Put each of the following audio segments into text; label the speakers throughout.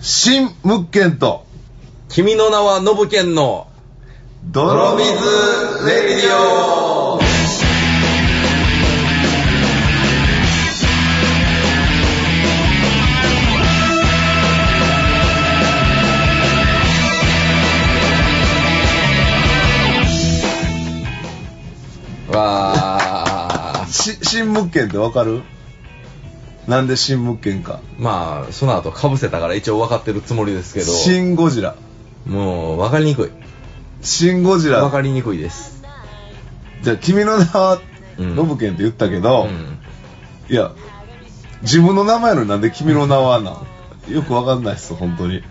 Speaker 1: 新ムッケンと、
Speaker 2: 君の名はノブケンの
Speaker 1: 泥水レディオ
Speaker 2: わー
Speaker 1: し新ムッケンってわかるなんで新ムッケンか。
Speaker 2: まあその後かぶせたから一応分かってるつもりですけど
Speaker 1: 新ゴジラ。
Speaker 2: もう分かりにくい
Speaker 1: 新ゴジ
Speaker 2: 分
Speaker 1: ラ。
Speaker 2: かりにくいです
Speaker 1: じゃあ、君の名は、
Speaker 2: うん
Speaker 1: ノブケンって言ったけど、
Speaker 2: ん、
Speaker 1: いや、自分の名前やのになんで君の名はなんよくわかんないっす、本当に。い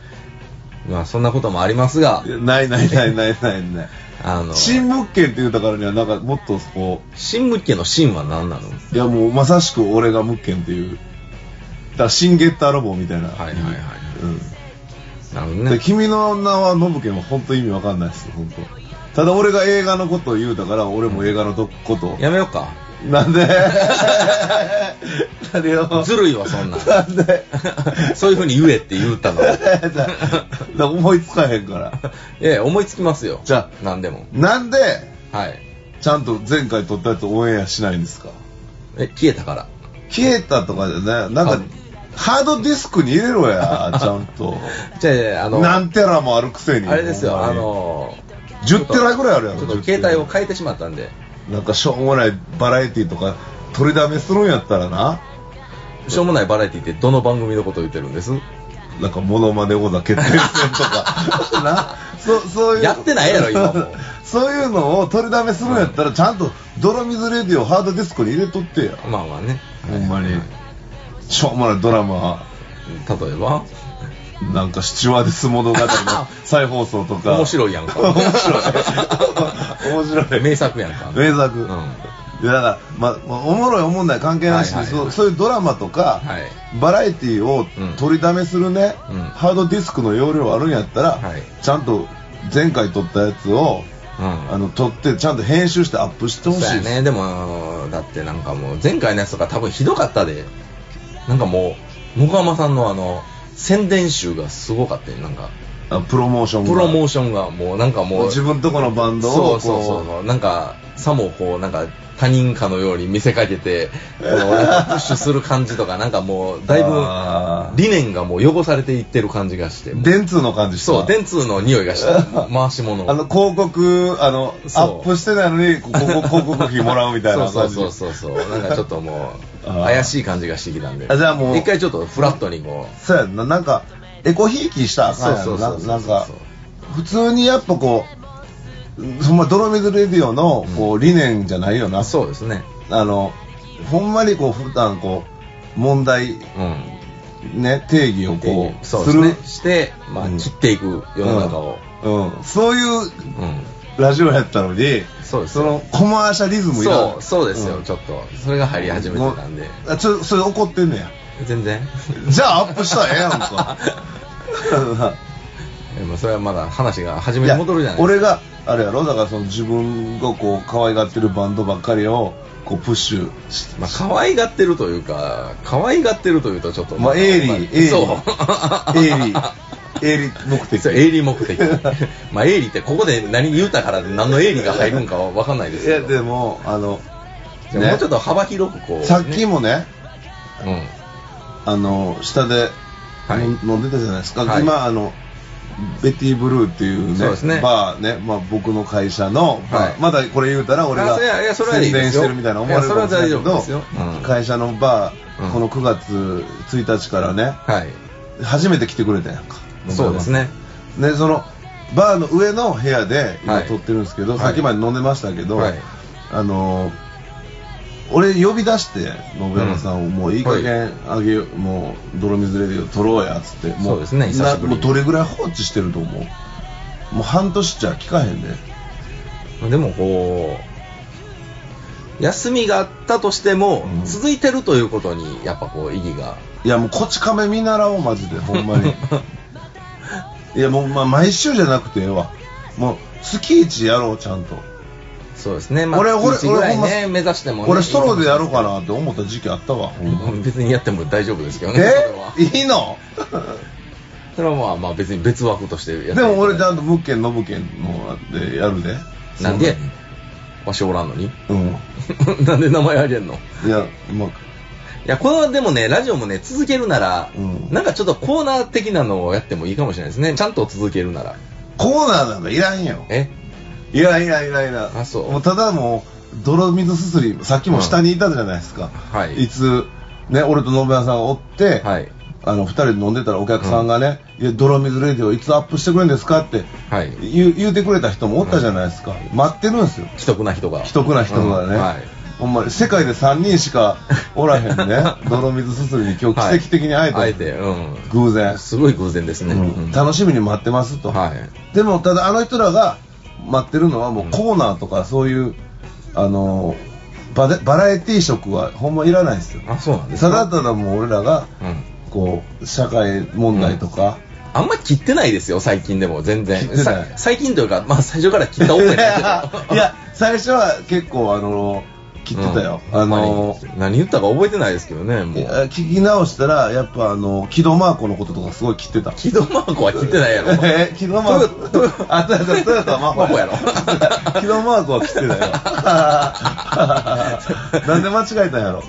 Speaker 2: まあそんなこともありますが
Speaker 1: やないないないないないない。
Speaker 2: あの
Speaker 1: 新物件って言うたからにはなんかもっとこ
Speaker 2: 新ムッケの新は何なの
Speaker 1: ういやもうまさしく俺が物件っていうだから新ゲッターロボみたいな
Speaker 2: はいはいはいはい
Speaker 1: うん
Speaker 2: なるほ
Speaker 1: で
Speaker 2: どね
Speaker 1: 君の名はノブケンは本当意味わかんないです本当ただ俺が映画のことを言うだから俺も映画のとことを
Speaker 2: やめようか
Speaker 1: なんで何を
Speaker 2: ずるいわそんな ん
Speaker 1: なんで
Speaker 2: そういうふうに言えって言ったのい
Speaker 1: だから思いつかへんから
Speaker 2: やいや思いつきますよ
Speaker 1: じゃ
Speaker 2: あ何でも
Speaker 1: なんで
Speaker 2: はい
Speaker 1: ちゃんと前回撮ったやつオンエアしないんですか
Speaker 2: え消えたから
Speaker 1: 消えたとかじゃないなん
Speaker 2: あ
Speaker 1: かハードディスクに入れろやちゃんと
Speaker 2: じゃあいやいやあの
Speaker 1: 何テラもあるくせに
Speaker 2: あれですよ、
Speaker 1: ほん
Speaker 2: あ
Speaker 1: まに
Speaker 2: の
Speaker 1: 10テラぐらいあるやろ
Speaker 2: ちょっと
Speaker 1: 10
Speaker 2: 携帯を変えてしまったんで、
Speaker 1: なんかしょうもないバラエティとか取りだめするんやったらな
Speaker 2: しょうもないバラエティってどの番組のことを言ってるんです
Speaker 1: なんかモノマネ王座決定戦と かなそそういう
Speaker 2: やってないやろ今も
Speaker 1: そういうのを取りだめするんやったらちゃんと泥水レディをハードディスクに入れとってや
Speaker 2: まあまあね。
Speaker 1: ほんまに
Speaker 2: はい
Speaker 1: しょうもないドラマ
Speaker 2: 例えば、
Speaker 1: なんかシチュワーデス物語 の再放送とか
Speaker 2: 面白いやんか。
Speaker 1: 面白い面白い
Speaker 2: 名作やんか。
Speaker 1: 名作、
Speaker 2: うん。
Speaker 1: い
Speaker 2: は
Speaker 1: やだから、ままおもろいおもんない関係なしに、
Speaker 2: はいはいは
Speaker 1: そ
Speaker 2: い
Speaker 1: うそういうドラマとか、
Speaker 2: はい
Speaker 1: バラエティを
Speaker 2: うん
Speaker 1: 取りだめするね、
Speaker 2: うん
Speaker 1: ハードディスクの容量あるんやったら、
Speaker 2: はい
Speaker 1: ちゃんと前回撮ったやつをあの撮ってちゃんと編集してアップして
Speaker 2: うん。
Speaker 1: ほしい
Speaker 2: そうや
Speaker 1: です
Speaker 2: ね。でも、だってなんかもう、前回のやつとか多分ひどかったで。なんかもう、もこはまさんのあの、宣伝集がすごかったよ。なんか、
Speaker 1: あプロモーションが
Speaker 2: プロモーションがもうなんかもう、
Speaker 1: 自分とこのバンドを
Speaker 2: そ
Speaker 1: こ
Speaker 2: うそうそうそうなんかさもこうなんか他人かのように見せかけて こうなんかプッシュする感じとかなんかもうだ
Speaker 1: あ
Speaker 2: い
Speaker 1: ー
Speaker 2: ぶ理念がもう汚されていってる感じがして
Speaker 1: 電通の感じした
Speaker 2: そう電通の匂いがした 回し物
Speaker 1: あの広告あの
Speaker 2: そう
Speaker 1: アップしてないのにこ こここ広告費もらうみたいな
Speaker 2: そ
Speaker 1: 感
Speaker 2: う
Speaker 1: じ
Speaker 2: そうそうそうそうなんかちょっともう
Speaker 1: あー
Speaker 2: 怪しい感じがしてきたんで
Speaker 1: あじゃあもう
Speaker 2: 一回ちょっとフラットにこう
Speaker 1: そうやんななんかエコひいきしたらあかんや
Speaker 2: そ
Speaker 1: ろ
Speaker 2: うそう
Speaker 1: な
Speaker 2: そうそう
Speaker 1: なんか普通にやっぱこうほんま泥水レディオのこう理念じゃないよな、
Speaker 2: あそうですね
Speaker 1: あのほんまにこう普段こう問題
Speaker 2: うん
Speaker 1: ね定義をこう
Speaker 2: そう
Speaker 1: す
Speaker 2: です
Speaker 1: る
Speaker 2: ねして、まあ
Speaker 1: うん
Speaker 2: 切っていく世の中を
Speaker 1: うんうんそういう
Speaker 2: うん
Speaker 1: ラジオやったのに
Speaker 2: そうです
Speaker 1: そのコマーシャリズムいらん
Speaker 2: そうそうですよ、
Speaker 1: ん
Speaker 2: ちょっとそれが入り始めてたんで
Speaker 1: あちょそれ怒ってんねや
Speaker 2: 全然
Speaker 1: じゃあアップしたらええやんか
Speaker 2: でもそれはまだ話が初めに戻るじゃない
Speaker 1: や
Speaker 2: です
Speaker 1: 俺があれやろだからその自分がこう可愛がってるバンドばっかりをこうプッシュし
Speaker 2: か、まあ、可愛がってるというか可愛がってるというとちょっと
Speaker 1: まあ営利
Speaker 2: まあ
Speaker 1: 営利
Speaker 2: そう
Speaker 1: 営利営利目的
Speaker 2: そう営利目的まあ営利ってここで何言うたから何の営利が入るんかは分かんないです
Speaker 1: い
Speaker 2: け
Speaker 1: や
Speaker 2: ど
Speaker 1: でもあの、
Speaker 2: でももうちょっと幅広くこう、
Speaker 1: さっきもね
Speaker 2: うん
Speaker 1: あの下で、
Speaker 2: はい
Speaker 1: 飲んでたじゃないですか、
Speaker 2: はい
Speaker 1: 今あのベティブルーっていう
Speaker 2: そう
Speaker 1: ね
Speaker 2: ですね
Speaker 1: バーね、まあ、僕の会社の、バー
Speaker 2: はい
Speaker 1: まだこれ言うたら俺が
Speaker 2: あいやいやそれはいい
Speaker 1: 宣
Speaker 2: で
Speaker 1: 伝
Speaker 2: す
Speaker 1: し
Speaker 2: よ
Speaker 1: てるみたいな思われるかもしれないけ
Speaker 2: いやそれは大丈夫
Speaker 1: ど
Speaker 2: ですようん
Speaker 1: 会社のバー、
Speaker 2: うん
Speaker 1: この9月1日からね
Speaker 2: はい
Speaker 1: 初めて来てくれたやんか
Speaker 2: そうですね
Speaker 1: ねそのバーの上の部屋で今
Speaker 2: はい
Speaker 1: 撮ってるんですけど、
Speaker 2: はい
Speaker 1: さっきまで飲んでましたけど、
Speaker 2: はい
Speaker 1: あの俺呼び出して信山さんを、もういい加減あげよう、もう泥水レディを撮ろうやっつっても
Speaker 2: そうですね久しぶりに
Speaker 1: なもうどれぐらい放置してると思うもう半年じゃ聞かへんね
Speaker 2: でもこう休みがあったとしても、
Speaker 1: うん
Speaker 2: 続いてるということにやっぱこう意義が
Speaker 1: いやもうこち亀見習おうマジでほんまにいやもう、まあ、毎週じゃなくてええわもう月一やろうちゃんと
Speaker 2: そうですね、まあ、
Speaker 1: 俺俺
Speaker 2: 月一ぐら
Speaker 1: 俺
Speaker 2: い
Speaker 1: ほん
Speaker 2: ね
Speaker 1: ま
Speaker 2: 目指してもね
Speaker 1: 俺ストローでやろうかなって思った時期あったわほんま
Speaker 2: うん別にやっても大丈夫ですけどねそれは
Speaker 1: えいいの
Speaker 2: それはまあまあ別に別枠としてやって
Speaker 1: でも俺ちゃんとムッケンノブケンのでやるで
Speaker 2: なんでわしおらんのに
Speaker 1: うん
Speaker 2: なんで名前あげんの
Speaker 1: いやうまく
Speaker 2: いや、これはでもね、ラジオもね、続けるなら、
Speaker 1: うん
Speaker 2: なんかちょっとコーナー的なのをやってもいいかもしれないですね。ちゃんと続けるなら。
Speaker 1: コーナーなんかいらんよ
Speaker 2: え
Speaker 1: いらんいらんいらんいらん
Speaker 2: あそう
Speaker 1: もうただもう泥水すすりさっきも下にいたじゃないですか、
Speaker 2: はい
Speaker 1: いつね俺と信長さんがおって、
Speaker 2: はい。
Speaker 1: あの2人で飲んでたらお客さんがね「いや泥水レディオいつアップしてくれるんですか?」って
Speaker 2: はい。
Speaker 1: 言う言うてくれた人もおったじゃないですか、待ってるんですよ
Speaker 2: 既得な人が。
Speaker 1: 既得な人がね、
Speaker 2: うんはい。
Speaker 1: ほんまに世界で3人しかおらへん ね泥水すすりに今日奇跡的に会えた、
Speaker 2: あえて、う
Speaker 1: 偶然
Speaker 2: ん。、すごい偶然ですね。
Speaker 1: うん
Speaker 2: うん
Speaker 1: 楽しみに待ってますと、
Speaker 2: はい。
Speaker 1: でもただあの人らが待ってるのはもうコーナーとかそういう、あのバレバラエティー色はほんまいらないですよ
Speaker 2: あ、そうなんです
Speaker 1: た
Speaker 2: か
Speaker 1: だただもう俺らが
Speaker 2: うん。
Speaker 1: こう社会問題とか、
Speaker 2: あんま切ってないですよ、最近でも、全然。
Speaker 1: 切ってない
Speaker 2: さ最近というか、まあ最初から切った覚えないけど。
Speaker 1: いや最初は結構あの切ってたよ、
Speaker 2: うん
Speaker 1: あの
Speaker 2: ほんまに何言ったか覚えてないですけどね、も。
Speaker 1: いうや聞き直したらやっぱあの木戸マーコのこととかすごい切ってた
Speaker 2: 木戸マークは切ってないやろ。
Speaker 1: え木戸マーコ
Speaker 2: トヨトヨ
Speaker 1: あトヨタトヨタマホ
Speaker 2: マホやろ
Speaker 1: 木戸マーコは切 ってたよなんで間違えたんやろ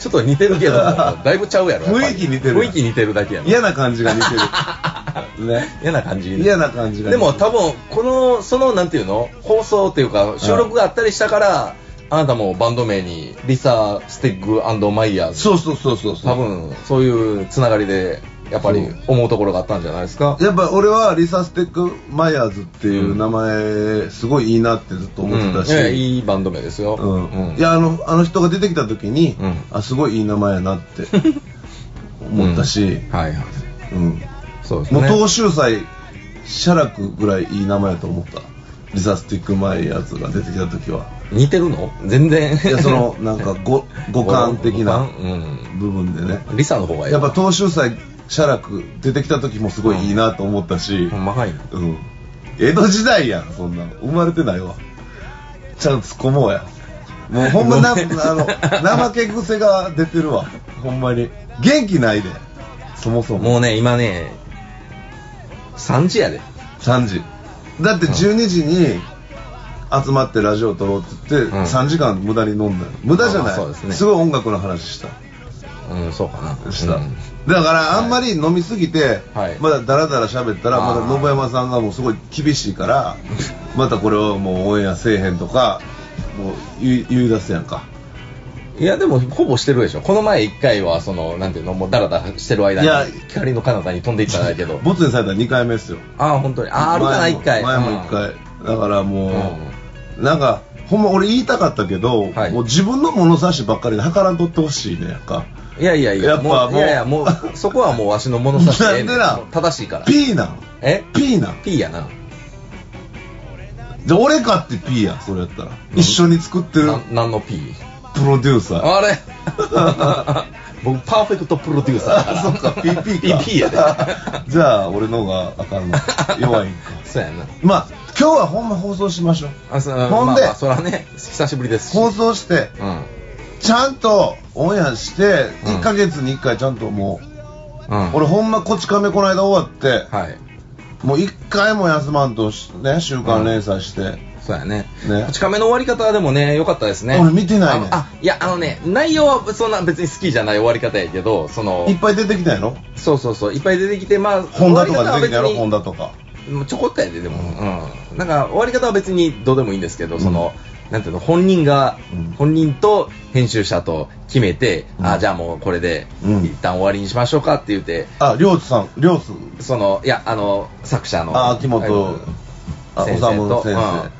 Speaker 2: ちょっと似てるけども、だいぶちゃうやろ。やっぱり
Speaker 1: 雰囲気似てる
Speaker 2: 雰囲気似てるだけやろ。
Speaker 1: 嫌な感じが似て るね
Speaker 2: 嫌な感じ。
Speaker 1: 嫌な感じが似
Speaker 2: で
Speaker 1: てる
Speaker 2: も多分、この、その、なんていうの放送っていうか、収録があったりしたから、あなたもバンド名に、リサ・スティッグマイヤーズ。
Speaker 1: そうそうそうそうそう
Speaker 2: 多分、そういうつながりで、やっぱり
Speaker 1: そう
Speaker 2: 思うところがあったんじゃないですか。
Speaker 1: やっぱ俺はリサ・ステック・マイヤーズっていう名前すごいいいなってずっと思ってたし、
Speaker 2: うんいやいいバンド名ですよ。
Speaker 1: うん
Speaker 2: うん
Speaker 1: いやあのあの人が出てきた時に、
Speaker 2: うん
Speaker 1: あすごいいい名前やなって思ったし、
Speaker 2: はいはい。
Speaker 1: うん
Speaker 2: そうです
Speaker 1: も
Speaker 2: ね。
Speaker 1: う東秀祭写楽ぐらいいい名前やと思ったリサスティック前やつが出てきた時は
Speaker 2: 似てるの全然。
Speaker 1: いやそ のなんかご五感的な
Speaker 2: 五感
Speaker 1: 部分でね
Speaker 2: うん。リサの方がいい。
Speaker 1: やっぱ東秀祭写楽出てきた時もすごいいいなと思ったし、
Speaker 2: ほんまかいな。
Speaker 1: うん江戸時代やんそんなの生まれてないわちゃんと突っ込もうやもうほんまなあ
Speaker 2: ごめん
Speaker 1: の怠け癖が出てるわほんまに元気ないでそもそも
Speaker 2: もうね、今ね、3時やで。
Speaker 1: 3時だって12時に集まってラジオ撮ろうって言って、
Speaker 2: うん
Speaker 1: 3時間無駄に飲んだよ無駄じゃな
Speaker 2: あ
Speaker 1: い
Speaker 2: そうです
Speaker 1: す,、
Speaker 2: ね
Speaker 1: ごい音楽の話した
Speaker 2: うん、そうかな。
Speaker 1: した、
Speaker 2: うん
Speaker 1: だからあんまり飲みすぎて、
Speaker 2: はい
Speaker 1: まだダラダラ喋ったらま
Speaker 2: あ
Speaker 1: だ
Speaker 2: ー
Speaker 1: 信山さんがもうすごい厳しいから またこれをもうオンエアせえへんとかもう言い言い出すやんか
Speaker 2: いや、でも、ほぼしてるでしょ。この前1回は、その、なんていうの、もうダラダラしてる間
Speaker 1: いや
Speaker 2: に、光の彼方に飛んでいったんだけど。
Speaker 1: ボツにされたら2回目ですよ
Speaker 2: ああ、本当に。ああ、あるかな、
Speaker 1: 前も
Speaker 2: 1回。
Speaker 1: 前も1回、だからも
Speaker 2: う
Speaker 1: う、
Speaker 2: ん。
Speaker 1: なんかほんま俺言いたかったけど、
Speaker 2: はい
Speaker 1: もう自分の物差しばっかりで測らんとってほしいねやんか
Speaker 2: いやいやいや、
Speaker 1: やっぱ
Speaker 2: もう、
Speaker 1: も
Speaker 2: いうやいや、もう、そこはもうわしの物差 し
Speaker 1: なんでなん
Speaker 2: もう正しいから。
Speaker 1: P なん
Speaker 2: え
Speaker 1: P なん
Speaker 2: ?P やな。
Speaker 1: で俺かって P やんそれやったら、一緒に作ってる
Speaker 2: な何の P?
Speaker 1: プロデューサー
Speaker 2: あ れ僕、パーフェクトプロ デューサーだから。
Speaker 1: そっか PP か
Speaker 2: PP やで。
Speaker 1: じゃあ俺のがあかんの弱いんか
Speaker 2: そうやな。
Speaker 1: まあ今日はほんま放送しましょう
Speaker 2: あそ
Speaker 1: ほんで
Speaker 2: まあまあ、そらね、久しぶりですし。
Speaker 1: 放送して
Speaker 2: うん。
Speaker 1: ちゃんとオンエアして
Speaker 2: うん
Speaker 1: 1ヶ月に1回ちゃんとも
Speaker 2: うん。
Speaker 1: う俺ほんまこち亀この間終わって
Speaker 2: はい。
Speaker 1: もう1回も休まんとしね週刊連載して
Speaker 2: そうやね。
Speaker 1: ね
Speaker 2: こち亀の終わり方はでもね、良かったですね。
Speaker 1: 俺見てないね
Speaker 2: あのあ、いや、あのね、内容はそんな別に好きじゃない終わり方やけど、その
Speaker 1: い、っぱい出てきたやろ
Speaker 2: そうそうそう、いっぱい出てきて、まあ、
Speaker 1: ホンダとか出てきたやろホン
Speaker 2: 本田
Speaker 1: ダとか
Speaker 2: ちょこっとやで、でも。うん。なんか、終わり方は別にどうでもいいんですけど、その、なんていうの、本人が、
Speaker 1: うん
Speaker 2: 本人と編集者と決めて、
Speaker 1: うん
Speaker 2: あ、じゃあもうこれで、
Speaker 1: うん
Speaker 2: 一旦終わりにしましょうかって言って、
Speaker 1: あ両津さん両津
Speaker 2: その、いや、あの、作者の。
Speaker 1: あ秋元あ
Speaker 2: 先
Speaker 1: 修
Speaker 2: 生と
Speaker 1: 先生
Speaker 2: うん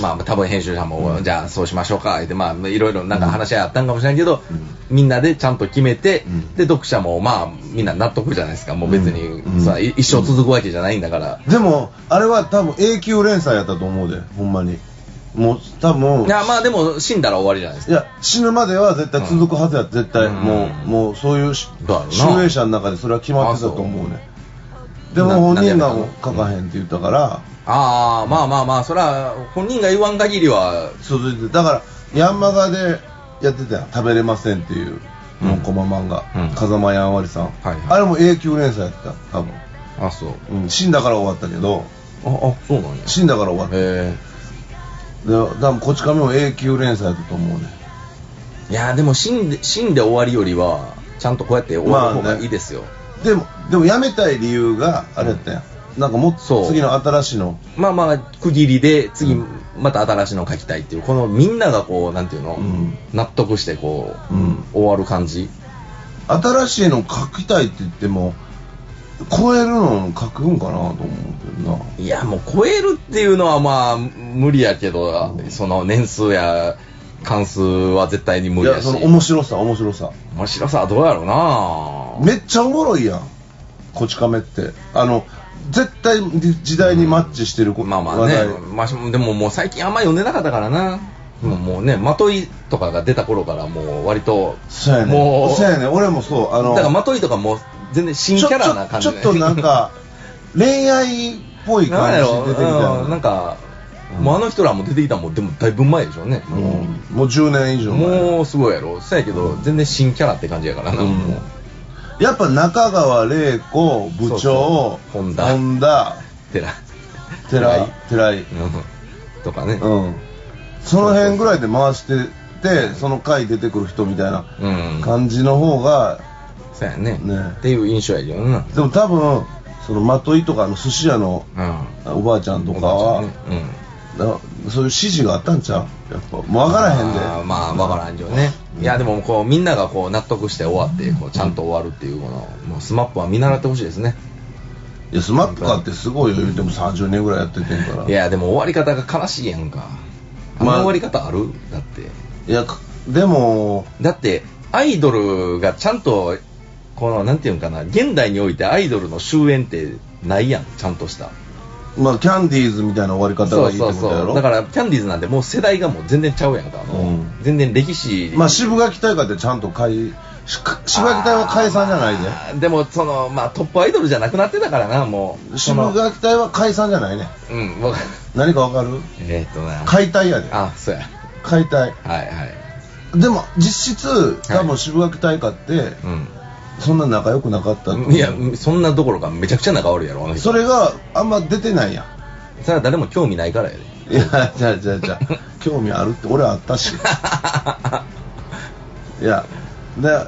Speaker 2: まあ、多分編集者も、じゃあそうしましょうか、って、まあ、いろいろなんか話し合いあったんかもしれないけど、みんなでちゃんと決めて、
Speaker 1: うん
Speaker 2: で、読者も、まあ、みんな納得じゃないですか。もう別に、
Speaker 1: うん
Speaker 2: さ
Speaker 1: うん
Speaker 2: い一生続くわけじゃないんだから。
Speaker 1: でもあれは多分永久連載やったと思うでほんまにもう多分
Speaker 2: いや、まあでも、死んだら終わりじゃないです
Speaker 1: い
Speaker 2: か。
Speaker 1: や死ぬまでは絶対続くはずや、絶対、
Speaker 2: うん
Speaker 1: もうもうそういうし
Speaker 2: だよな
Speaker 1: 集英者の中でそれは決まってたと思うねで
Speaker 2: な
Speaker 1: も本人が
Speaker 2: な
Speaker 1: も
Speaker 2: んでや
Speaker 1: う
Speaker 2: った
Speaker 1: 書かへんって言ったから、
Speaker 2: ああ、まあまあまあ、そら、本人が言わん限りは、
Speaker 1: 続いてだからヤンマガでやってたやん食べれません」っていう、
Speaker 2: うん
Speaker 1: もうコマ漫画、
Speaker 2: うん
Speaker 1: 風間やんわりさん、
Speaker 2: はいはい
Speaker 1: あれも永久連載やってた多分
Speaker 2: ああ、そう。
Speaker 1: うん、死んだから終わったけど
Speaker 2: あ、あ、そうなんや。
Speaker 1: 死んだから終わった
Speaker 2: へ
Speaker 1: で多分こち亀も永久連載だと思うね
Speaker 2: え。いや、でも死んで、死んで終わりよりは、ちゃんとこうやって終わる方がいいですよ。
Speaker 1: でもでもやめたい理由があれやったやん、なんかもっ
Speaker 2: そ
Speaker 1: と
Speaker 2: う
Speaker 1: 次の新しいの
Speaker 2: まあまあ、区切りで、次、また新しいのを書きたいっていう、このみんながこう、なんていうの、
Speaker 1: うん
Speaker 2: 納得してこう、
Speaker 1: うん
Speaker 2: 終わる感じ。
Speaker 1: 新しいの書きたいって言っても超えるの書くんかなと思うけどない
Speaker 2: や、もう超えるっていうのはまあ、無理やけど、その年数や関数は絶対に無
Speaker 1: い
Speaker 2: 理や
Speaker 1: や
Speaker 2: し。
Speaker 1: その面白さ面白さ
Speaker 2: 面白さはどうやろうな
Speaker 1: めっちゃおもろいやんこち亀ってあの絶対時代にマッチしてるこ
Speaker 2: まあまあね
Speaker 1: 話題、
Speaker 2: まあ、でももう最近あんま読んでなかったからな。もうもうね、まといとかが出た頃からもう割と、
Speaker 1: そうやね
Speaker 2: もう
Speaker 1: そうやね俺もそうあの
Speaker 2: だからまといとかもう全然新キャラな感じ
Speaker 1: ちょちょちょっとなん か恋愛っぽい
Speaker 2: なん
Speaker 1: 感
Speaker 2: や
Speaker 1: じ
Speaker 2: ろ
Speaker 1: 出てきたよ
Speaker 2: うんなんか、もうあの人らも出てきたのもでもだいぶ前でしょうね、
Speaker 1: うんもう10年以上前
Speaker 2: もうすごいやろそうやけど、全然新キャラって感じやからな、
Speaker 1: うん
Speaker 2: もう
Speaker 1: やっぱ中川玲子部長
Speaker 2: そうそう本田
Speaker 1: 本田
Speaker 2: 寺
Speaker 1: 寺井寺井
Speaker 2: うんとかね、
Speaker 1: うんその辺ぐらいで回しててその回出てくる人みたいな
Speaker 2: うん
Speaker 1: 感じの方が
Speaker 2: そうやね
Speaker 1: ね
Speaker 2: っていう印象やけどな
Speaker 1: でも多分そのまといとかあの寿司屋のおばあちゃんとかは、
Speaker 2: おばあちゃんねうん
Speaker 1: なそういう指示があったんちゃうやっぱもう分からへんで
Speaker 2: あーまあ分からんよね、いやでもこうみんながこう納得して終わってこうちゃんと終わるっていうこのもうスマップは見習ってほしいですね
Speaker 1: いやスマップかってすごいよ言うても30年ぐらいやっててんから
Speaker 2: いやでも終わり方が悲しいやんかあの
Speaker 1: まあ
Speaker 2: 終わり方あるだって
Speaker 1: いやかでも
Speaker 2: だってアイドルがちゃんとこのなんていうんかな現代においてアイドルの終焉ってないやんちゃんとした
Speaker 1: まあキャンディーズみたいな終わり方
Speaker 2: そ
Speaker 1: が
Speaker 2: う
Speaker 1: いいって
Speaker 2: そう
Speaker 1: ことや
Speaker 2: そ
Speaker 1: ろ
Speaker 2: うだからキャンディーズなんてもう世代がもう全然ちゃうやんか、あの
Speaker 1: うん
Speaker 2: 全然歴史
Speaker 1: まあ渋垣隊かってちゃんと解し渋垣隊は解散じゃない
Speaker 2: あーでもそのまあトップアイドルじゃなくなってたからなもう
Speaker 1: で渋
Speaker 2: その
Speaker 1: 垣隊は解散じゃないね
Speaker 2: うんわかる
Speaker 1: 何かわかる
Speaker 2: えーっとな
Speaker 1: 解体やで
Speaker 2: あそうや
Speaker 1: 解体
Speaker 2: はいはい
Speaker 1: でも実質多分渋垣隊かってそんな仲良くなかったと
Speaker 2: うんいやそんなどころかめちゃくちゃ仲悪いやろあの人
Speaker 1: それがあんま出てないやん
Speaker 2: それは誰も興味ないから やで
Speaker 1: いや、じゃあじゃあじ ゃあ、興味あるって、俺はあったし。いや、で、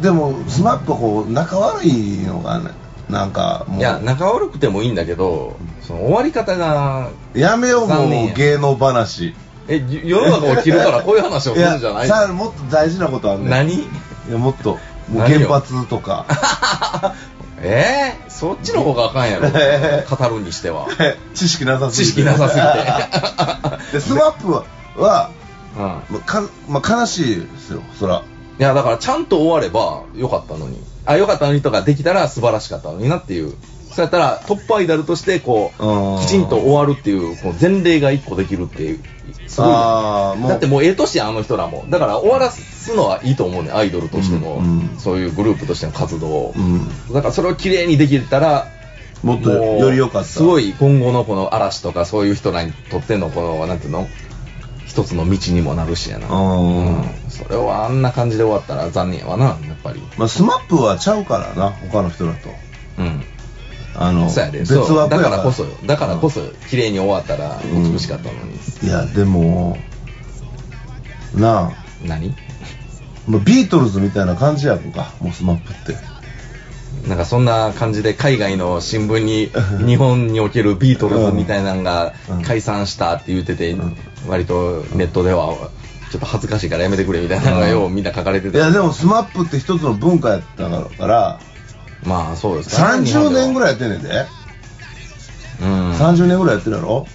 Speaker 1: でも、スマップはこう、仲悪いのがね、なんかもう、
Speaker 2: いや仲悪くてもいいんだけどその終わり方が
Speaker 1: やめよう、も
Speaker 2: 残
Speaker 1: う
Speaker 2: 念や
Speaker 1: 芸能話。
Speaker 2: えゆ世の中を切るからこういう話をするんじゃない
Speaker 1: いやさあ、もっと大事なことあるね。
Speaker 2: 何
Speaker 1: い や、もっと、もう
Speaker 2: 何
Speaker 1: 原
Speaker 2: よ
Speaker 1: 発とか。
Speaker 2: えー、そっちの方があかん やろ語るにしては
Speaker 1: 知識なさすぎて。
Speaker 2: 知識なさすぎて
Speaker 1: で、スマップは、は
Speaker 2: うん
Speaker 1: まあかまあ、悲しいですよ、そら。
Speaker 2: いや、だからちゃんと終わればよかったのに。あ、よかったのにとかできたら素晴らしかったのになっていう。そうやったらトップアイドルとしてこ
Speaker 1: うん
Speaker 2: う、きちんと終わるっていう、こう前例が一個できるっていう。すごいね。
Speaker 1: あーもう
Speaker 2: だってもうええ年やんあの人らも。だから終わらすのはいいと思うね、アイドルとしても。
Speaker 1: うんうん
Speaker 2: そういうグループとしての活動を。
Speaker 1: うん
Speaker 2: だからそれをきれいにできたら、
Speaker 1: もっと
Speaker 2: もう
Speaker 1: より良かった。
Speaker 2: すごい今後のこの嵐とかそういう人らにとってのこの、なんていうの一つの道にもなるしやな。
Speaker 1: うん
Speaker 2: うんそれはあんな感じで終わったら残念やわな、やっぱり。
Speaker 1: まあ、スマップはちゃうからな他の人だと
Speaker 2: うん。
Speaker 1: あの
Speaker 2: そうやで。
Speaker 1: 別枠
Speaker 2: そ
Speaker 1: や
Speaker 2: うだからこそよ。だからこそ、綺麗に終わったら
Speaker 1: うん
Speaker 2: 美しかったのに。
Speaker 1: いやでもなあ
Speaker 2: 何
Speaker 1: もうビートルズみたいな感じやんかもうスマップって
Speaker 2: なんかそんな感じで海外の新聞 に日本におけるビートルズみたいなのが
Speaker 1: うん
Speaker 2: 解散したって言ってて
Speaker 1: ん、
Speaker 2: 割とネットではちょっと恥ずかしいからやめてくれみたいなのがようみんな書かれて
Speaker 1: いや
Speaker 2: て。
Speaker 1: でもスマップって一つの文化やったから
Speaker 2: まあそうですからね
Speaker 1: 30年ぐ
Speaker 2: い。
Speaker 1: らいやってんねんで、
Speaker 2: うん。
Speaker 1: 30年ぐらいやってるやろ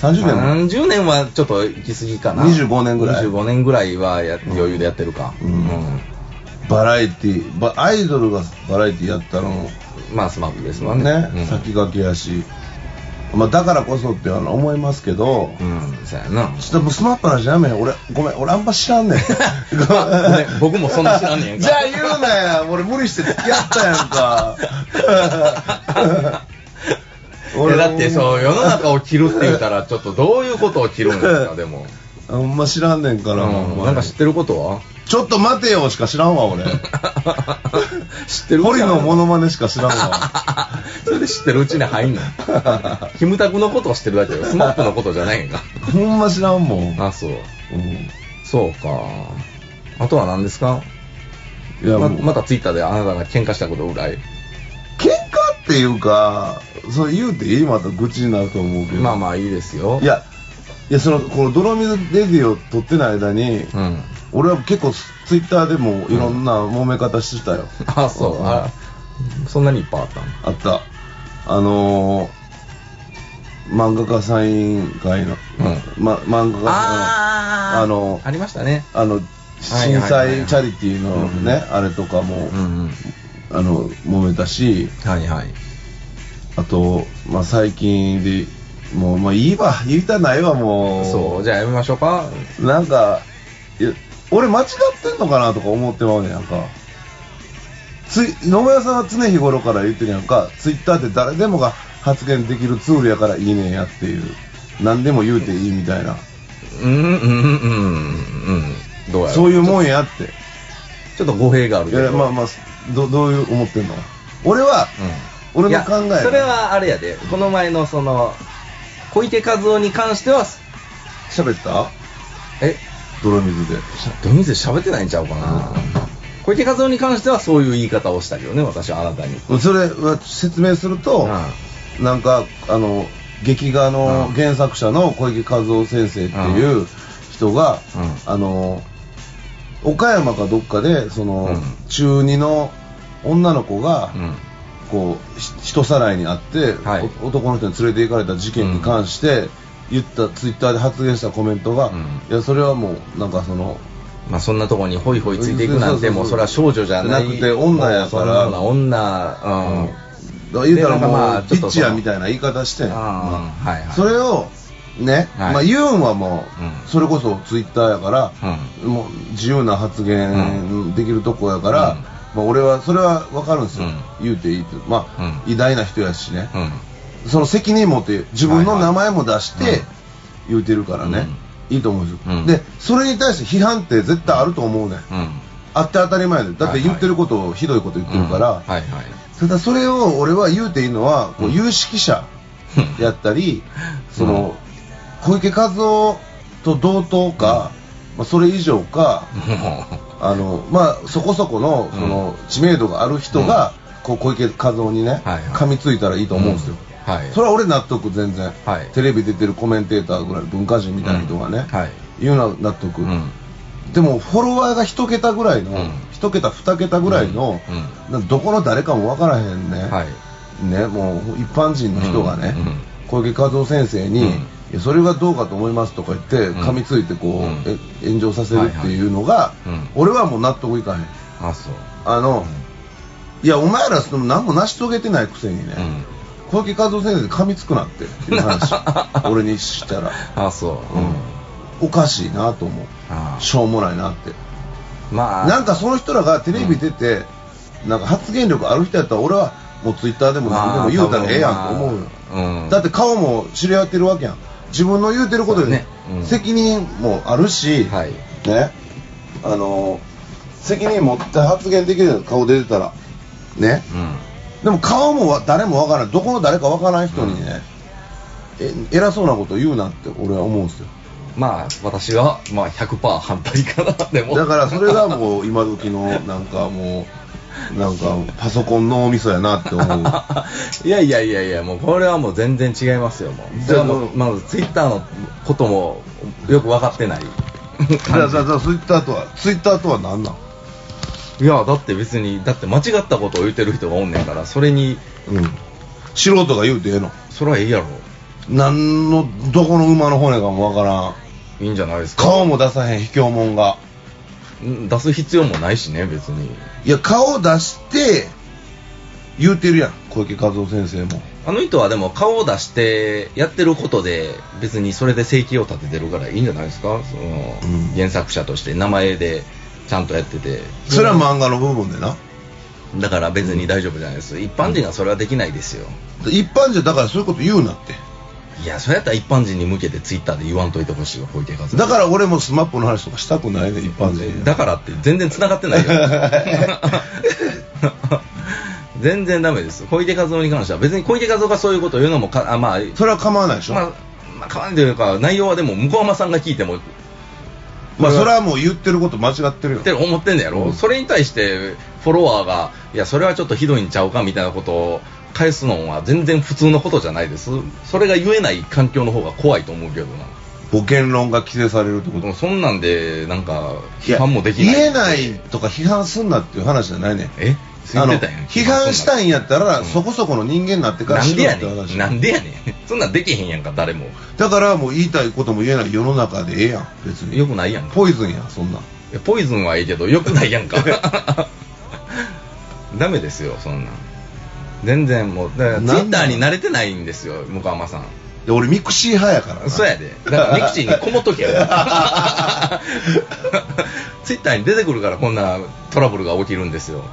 Speaker 1: 30年も
Speaker 2: 30年はちょっと行き過ぎかな
Speaker 1: 25年ぐらい
Speaker 2: 25年ぐらいはや余裕でやってるか
Speaker 1: うんバラエティーばアイドルがバラエティーやったの
Speaker 2: まあスマップですわね
Speaker 1: ね、
Speaker 2: うん、
Speaker 1: 先駆けやし、まあ、だからこそってあの思いますけど、
Speaker 2: うんそうやな
Speaker 1: ちょっともうスマップの話やめへん俺ごめん俺あんま知らん ねん
Speaker 2: あごめん 僕もそんな知らんねんやんか
Speaker 1: じゃあ言うなや俺無理して付き合ったやん か
Speaker 2: えだってそう世の中を着るって言ったらちょっとどういうことを着るんですかでも、
Speaker 1: あんま知らんねんから、
Speaker 2: う
Speaker 1: ほ
Speaker 2: ん
Speaker 1: まに
Speaker 2: なんか知ってることは
Speaker 1: ちょっと待てよしか知らんわ、俺。
Speaker 2: 知ってる
Speaker 1: 堀のモ
Speaker 2: の。
Speaker 1: ノマネしか知らん わ。
Speaker 2: それで知ってるうちに入 んの。キムタクのことを知ってるだけよ。スマップのことじゃないんか。
Speaker 1: ほんま知らんもん。
Speaker 2: あ、そう。
Speaker 1: うん
Speaker 2: そうか。あとは何ですか
Speaker 1: いや、
Speaker 2: ま
Speaker 1: もう
Speaker 2: またツイッターであなたが喧嘩したことぐらい。
Speaker 1: 喧嘩っていうか、そう言うていいまた愚痴になると思うけど。
Speaker 2: まあまあいいですよ。
Speaker 1: い。や、いや、その、この泥水レディを撮ってない間に、
Speaker 2: うん。
Speaker 1: 俺は結構ツイッターでもいろんな揉め方してたよ。
Speaker 2: あ、そう。
Speaker 1: うん
Speaker 2: あそんなにいっぱいあったの
Speaker 1: あった。あのー、漫画家サイン会の、ま、漫画家
Speaker 2: あー
Speaker 1: あの
Speaker 2: ありましたね。
Speaker 1: あの、
Speaker 2: いは
Speaker 1: 震
Speaker 2: いはいはい
Speaker 1: 災チャリティーの
Speaker 2: うんうん
Speaker 1: ね、あれとかも、
Speaker 2: うんうん。
Speaker 1: あの、揉めたし、
Speaker 2: はいはい。
Speaker 1: あと、まあ、最近で、もう、まあ、いいわ、言いたないわ、もう。
Speaker 2: そう、じゃあやめましょうか。
Speaker 1: なんか、いや俺間違ってんのかなとか思ってまうねん、なんか。つい野村さんは常日頃から言ってるやんか、ツイッターって誰でもが発言できるツールやからいいねんやっていう、何でも言うていいみたいな、
Speaker 2: うんうんうんうんうん。どうやろ
Speaker 1: そういうもんやって。
Speaker 2: ちょっと語弊がある
Speaker 1: い
Speaker 2: けど。
Speaker 1: やまあまあどどういう思ってんの俺は、
Speaker 2: うん
Speaker 1: 俺の考え
Speaker 2: いやそれはあれやで、この前のその、小池和夫に関しては、
Speaker 1: 喋った
Speaker 2: え、
Speaker 1: 泥水で
Speaker 2: どう見て喋ってないんちゃうかな。小池和夫に関してはそういう言い方をしたけどね、私はあなたに。
Speaker 1: それは説明すると、なんかあの劇画の
Speaker 2: うん
Speaker 1: 原作者の小池和夫先生っていう人が、
Speaker 2: う
Speaker 1: あの岡山かどっかでその、
Speaker 2: うん
Speaker 1: 中2の女の子が、
Speaker 2: うん。うん
Speaker 1: こうひ人さらいにあって、
Speaker 2: はい
Speaker 1: お男の人に連れて行かれた事件に関して、言ったツイッターで発言したコメントが、
Speaker 2: うん
Speaker 1: いやそれはもうなんかその
Speaker 2: まあそんなとこにホイホイついていくなんて、もうそれは少女じゃない。
Speaker 1: なくて女やから
Speaker 2: もうそんな女、うん。
Speaker 1: だから言うたらもう、
Speaker 2: でなんかまあちょ
Speaker 1: ビ
Speaker 2: っ
Speaker 1: ッ
Speaker 2: と
Speaker 1: チ
Speaker 2: その
Speaker 1: やみたいな言い方してん、
Speaker 2: あー
Speaker 1: まあ
Speaker 2: はいはい
Speaker 1: それをね、
Speaker 2: はい
Speaker 1: まあ、言うんはもう、
Speaker 2: うん
Speaker 1: それこそツイッターやから、もう自由な発言できるとこやから、
Speaker 2: うん
Speaker 1: まあ、俺はそれは分かるんですよ、
Speaker 2: うん
Speaker 1: 言うていいって、まあ
Speaker 2: うん
Speaker 1: 偉大な人やしね、
Speaker 2: うん。うん。
Speaker 1: その責任持って自分の
Speaker 2: はいは
Speaker 1: 名
Speaker 2: い
Speaker 1: 前も出し
Speaker 2: うん
Speaker 1: て言うてるからね、いいと思うんですよ、
Speaker 2: うん
Speaker 1: でそれに対して批判って絶対あると思うねん
Speaker 2: うん。
Speaker 1: あって当たり前でだって言ってることをひどいこと言ってるから、
Speaker 2: うんはいはい。
Speaker 1: ただそれを俺は言うていいのは、こう有識者やったり、その小池和夫と同等か、まあ、それ以上か、
Speaker 2: も
Speaker 1: あのまあ、そこそこのその知名度がある人が、こう小池和夫にね、
Speaker 2: はいはい
Speaker 1: 噛みついたらいいと
Speaker 2: う、
Speaker 1: 思うんですよ、
Speaker 2: はい。
Speaker 1: それは俺納得、全然、
Speaker 2: はい
Speaker 1: テレビ出てるコメンテーターぐらい、文化人みたいな人がね、
Speaker 2: はい。
Speaker 1: 言うのは納得、
Speaker 2: うん。
Speaker 1: でもフォロワーが1桁ぐらいの、
Speaker 2: うん
Speaker 1: 1桁、2桁ぐらいの、
Speaker 2: う
Speaker 1: などこの誰かも分からへんね。
Speaker 2: ん。はい。
Speaker 1: ね、もう一般人の人がね、
Speaker 2: うんうん
Speaker 1: 小池和夫先生に、
Speaker 2: うん
Speaker 1: いやそれがどうかと思いますとか言って、
Speaker 2: うん
Speaker 1: 噛みついてこう、
Speaker 2: うん
Speaker 1: え炎上させるっていうのが、
Speaker 2: いはいうん
Speaker 1: 俺はもう納得いかへん、
Speaker 2: あ、そう。
Speaker 1: あの、いや、お前らその何も成し遂げてないくせにね、
Speaker 2: うん。
Speaker 1: 小池和夫先生に噛みつくなってっていう 話、俺にしたら、
Speaker 2: あ、そう。う
Speaker 1: お
Speaker 2: ん。
Speaker 1: かしいなと思う、
Speaker 2: あ
Speaker 1: しょうもないなって、
Speaker 2: まあ、
Speaker 1: なんかその人らがテレビ出て、なんか発言力ある人やったら、俺はもうツイッターでも何でも言うたらええやんと思うよ。
Speaker 2: まあうん。
Speaker 1: だって顔も知り合ってるわけやん自分の言うてること
Speaker 2: そう
Speaker 1: で
Speaker 2: ねうん
Speaker 1: 責任もあるし、
Speaker 2: はい。
Speaker 1: ねあのー責任持って発言できる顔出てたらね
Speaker 2: うん。
Speaker 1: でも顔もわ誰もわからないどこの誰かわからない人にね、え偉そうなこと言うなって俺は思うんですよ
Speaker 2: まあ、私は、まあ、100%反対かな、でも。
Speaker 1: だからそれがもう今時のなんかもうなんかパソコンの脳みそやなって思う
Speaker 2: いやいやいやいや、もうこれはもう全然違いますよ、もう。それはもう、まずツイッターのこともよく分かってない。
Speaker 1: じゃあじゃあじゃあツイッターとはツイッターとは何なん
Speaker 2: いや、だって別に、だって間違ったことを言ってる人がおんねんから、それに、
Speaker 1: うん素人が言うてええの
Speaker 2: それはええやろ。
Speaker 1: 何のどこの馬の骨かもわからん
Speaker 2: いいんじゃないですか。
Speaker 1: 顔も出さへん卑怯者が
Speaker 2: うん出す必要もないしね、別に。
Speaker 1: いや顔出して言うてるやん小池和夫先生も
Speaker 2: あの人はでも顔を出してやってることで別にそれで生計を立ててるからいいんじゃないですかその、
Speaker 1: うん
Speaker 2: 原作者として名前でちゃんとやってて
Speaker 1: それは漫画の部分でな
Speaker 2: だから別に大丈夫じゃないです一般人がそれはできないですよ、
Speaker 1: 一般人だからそういうこと言うなって
Speaker 2: いや、それやったら一般人に向けてツイッターで言わんといてほしいわ、小池和
Speaker 1: だから俺もスマップの話とかしたくないね、一般人に。
Speaker 2: だからって全然繋がってないよ全然ダメです小池和夫に関しては別に小池和夫がそういうことを言うのもかあまあ
Speaker 1: それは構わないでしょ。
Speaker 2: まあまあ変わらないというか内容はでも向山さんが聞いても
Speaker 1: まあ、それはもう言ってること間違ってるよ
Speaker 2: っ。て思ってんだやろ、
Speaker 1: うん
Speaker 2: それに対してフォロワーがいやそれはちょっとひどいんちゃうかみたいなことを返すのは全然普通のことじゃないですそれが言えない環境の方が怖いと思うけどな
Speaker 1: ご言論が規制されるってこと
Speaker 2: でもそんなんでなんか
Speaker 1: い
Speaker 2: 批
Speaker 1: や
Speaker 2: 判もできない
Speaker 1: 言えないとか批判すんなっていう話じゃないね
Speaker 2: え
Speaker 1: あの
Speaker 2: 言ってたやん
Speaker 1: 批判したいんやったら、
Speaker 2: うん
Speaker 1: そこそこの人間になってから
Speaker 2: なん
Speaker 1: し
Speaker 2: で
Speaker 1: ろ
Speaker 2: や
Speaker 1: って
Speaker 2: ね
Speaker 1: 話
Speaker 2: んなんでやねんそんなんできへんやんか誰も
Speaker 1: だからもう言いたいことも言えない世の中でええやん別に
Speaker 2: よくないやんか
Speaker 1: ポイズンやんそんなん
Speaker 2: いやポイズンはいいけどよくないやんか ダメですよそんなん全然もうだか
Speaker 1: な
Speaker 2: ら
Speaker 1: ん
Speaker 2: ツイ
Speaker 1: なん
Speaker 2: ッターに慣れてないんですよ向山さん
Speaker 1: で俺ミクシー派やからな
Speaker 2: そうやでだからミクシーにこもっとけよ ツイッターに出てくるからこんなトラブルが起きるんですよ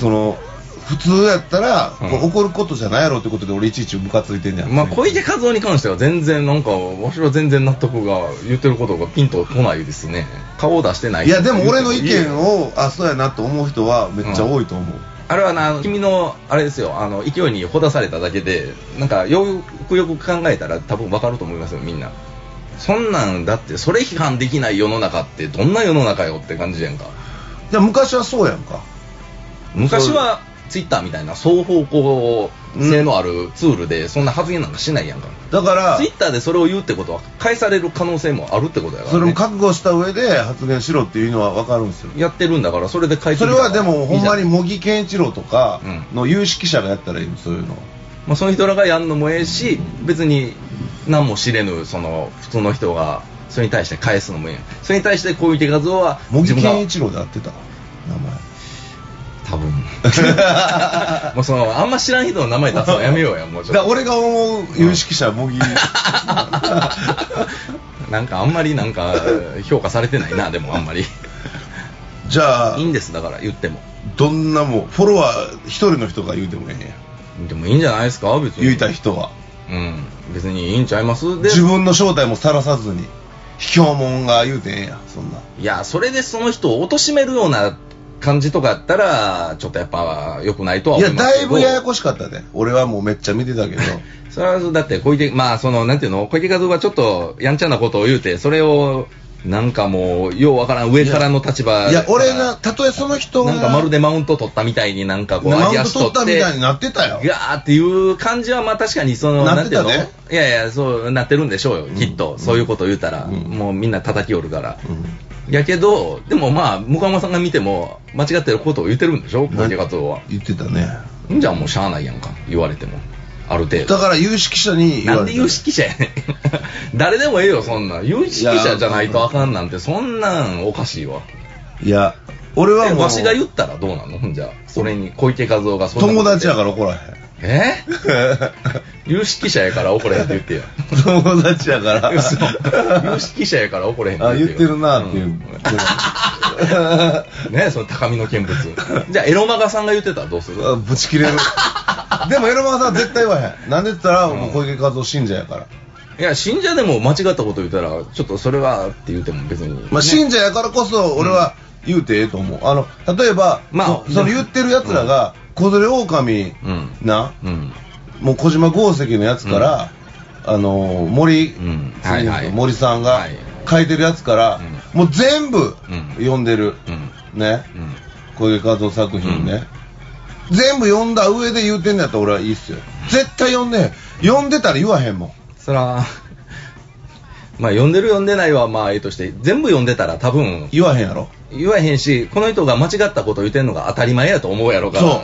Speaker 1: その普通やったら、
Speaker 2: うん
Speaker 1: これ怒ることじゃないやろってことで俺いちいちムカついてんねやん
Speaker 2: まあ小池和夫に関しては全然なんかわしは全然納得が言ってることがピンとこないですね顔を出してない
Speaker 1: いやでも俺の意
Speaker 2: 言う
Speaker 1: 見をあそうやなと思う人はめっちゃ多いと思う、
Speaker 2: あれはな、君の、あれですよ、あの、勢いにほだされただけで、なんか、よくよく考えたら多分わかると思いますよ、みんな。そんなんだって、それ批判できない世の中って、どんな世の中よって感じやんか。
Speaker 1: じゃあ昔はそうやんか
Speaker 2: 昔は、ツイッターみたいな双方向性のあるツールで、そんな発言なんかしないやんか。
Speaker 1: だから
Speaker 2: ツイッターでそれを言うってことは、返される可能性もあるってことやから、
Speaker 1: そ
Speaker 2: ね。
Speaker 1: れも覚悟した上で発言しろっていうのは分かるんですよ
Speaker 2: やってるんだから、それで返して
Speaker 1: そ
Speaker 2: み
Speaker 1: れ
Speaker 2: たら
Speaker 1: はでもほんま
Speaker 2: いいじゃ
Speaker 1: に茂木健一郎とか
Speaker 2: うん
Speaker 1: の有識者がやったらいいのそういうの
Speaker 2: まあ、その人らがやるのもええし別に何も知れぬその普通の人がそれに対して返すのもええそれに対してこういう手数は
Speaker 1: 茂木
Speaker 2: 自分が
Speaker 1: 健一郎で合ってた名前
Speaker 2: 多分 もうそのあんま知らん人の名前出すのやめようやもうち
Speaker 1: だ
Speaker 2: ょっ
Speaker 1: から俺
Speaker 2: と
Speaker 1: が思う有識者は茂木
Speaker 2: なんかあんまりなんか評価されてないなでもあんまり
Speaker 1: じゃあ
Speaker 2: いいんですだから言っても
Speaker 1: どんなもんフォロワー一人の人が言うてもええんや
Speaker 2: でもいいんじゃないですか別に
Speaker 1: 言いたい人は
Speaker 2: うん別にいいんちゃいますで
Speaker 1: 自分の正体もさらさずに卑怯者が言うてええんやそんない
Speaker 2: や、それでその人を貶としめるような感じとかやったら、ちょっとやっぱ良くないとはい思
Speaker 1: や
Speaker 2: います
Speaker 1: だ
Speaker 2: け
Speaker 1: い
Speaker 2: ど。
Speaker 1: ぶややこしかったで俺はもうめっちゃ見てたけど
Speaker 2: それはだって小池、まあその、なんていうの、小池和夫がちょっとやんちゃなことを言うて、それを、なんかもう、ようわからん上からの立場
Speaker 1: いや俺な、たとえその人が
Speaker 2: なんかまるでマウント取ったみたいになんかこう、
Speaker 1: マウ
Speaker 2: 揚げ
Speaker 1: ント
Speaker 2: 足
Speaker 1: 取ったみたいになってたよ
Speaker 2: ガーっていう感じは、まあ確かにその、
Speaker 1: なってたね
Speaker 2: なんていうのいやいや、そうなってるんでしょうよ、きっと。そういうことを言うたら、
Speaker 1: うん
Speaker 2: もうみんな叩きおるから。
Speaker 1: うん
Speaker 2: やけど、でもまあ、向山さんが見ても、間違ってることを言ってるんでしょ、小池活動は。
Speaker 1: 言ってたね
Speaker 2: んじゃあもうしゃあないやんか、言われても。ある程
Speaker 1: だ
Speaker 2: 度。
Speaker 1: から有識者に言
Speaker 2: な
Speaker 1: わ
Speaker 2: ん
Speaker 1: れ
Speaker 2: で
Speaker 1: て
Speaker 2: 有識者やねん。 誰でもええよ、そんなん。有識者じゃないとあかんなんて、そんなんおかしいわ。
Speaker 1: いや俺は
Speaker 2: え
Speaker 1: もう
Speaker 2: わしが言ったらどうなのほんじゃあ、それに小池和夫がそんなこと
Speaker 1: 友達や
Speaker 2: ら。
Speaker 1: から怒らへん
Speaker 2: え 有識者やから怒れへんって言ってよ。
Speaker 1: 友達やから
Speaker 2: 嘘有識者やから怒れへん
Speaker 1: あ言
Speaker 2: よ
Speaker 1: ってるなっていう、
Speaker 2: んねその高みの見物。じゃあ、エロマガさんが言ってたらどうする
Speaker 1: あぶち切れるでもエロマガさんは絶対言わへんなんでって言ったら、もう小池和夫信者やから
Speaker 2: いや、信者でも間違ったこと言ったら、ちょっとそれはって言っても別に。
Speaker 1: まあ、
Speaker 2: ね
Speaker 1: 信者やからこそ俺は言うてええと思う、あの例えば、
Speaker 2: まあ
Speaker 1: そその言ってるやつらが、小連れ狼
Speaker 2: うん。
Speaker 1: な
Speaker 2: うん。
Speaker 1: もう小島豪石のやつから、あのー森、
Speaker 2: うんはいはい
Speaker 1: 森さんが
Speaker 2: はい
Speaker 1: 書いてるやつから、もう全部
Speaker 2: うん
Speaker 1: 読んでる、
Speaker 2: うん。
Speaker 1: ね
Speaker 2: うん。
Speaker 1: 小池和夫作品ね、全部読んだ上で言うてんのやったら俺はいいっすよ絶対読んでへん読んでたら言わへんもん
Speaker 2: そら、まあ、読んでる読んでないは、まあ、ええとして、全部読んでたら多分、
Speaker 1: 言わへんやろ
Speaker 2: 言わへんし、この人が間違ったこと言ってんのが当たり前やと思うやろう
Speaker 1: そ
Speaker 2: から。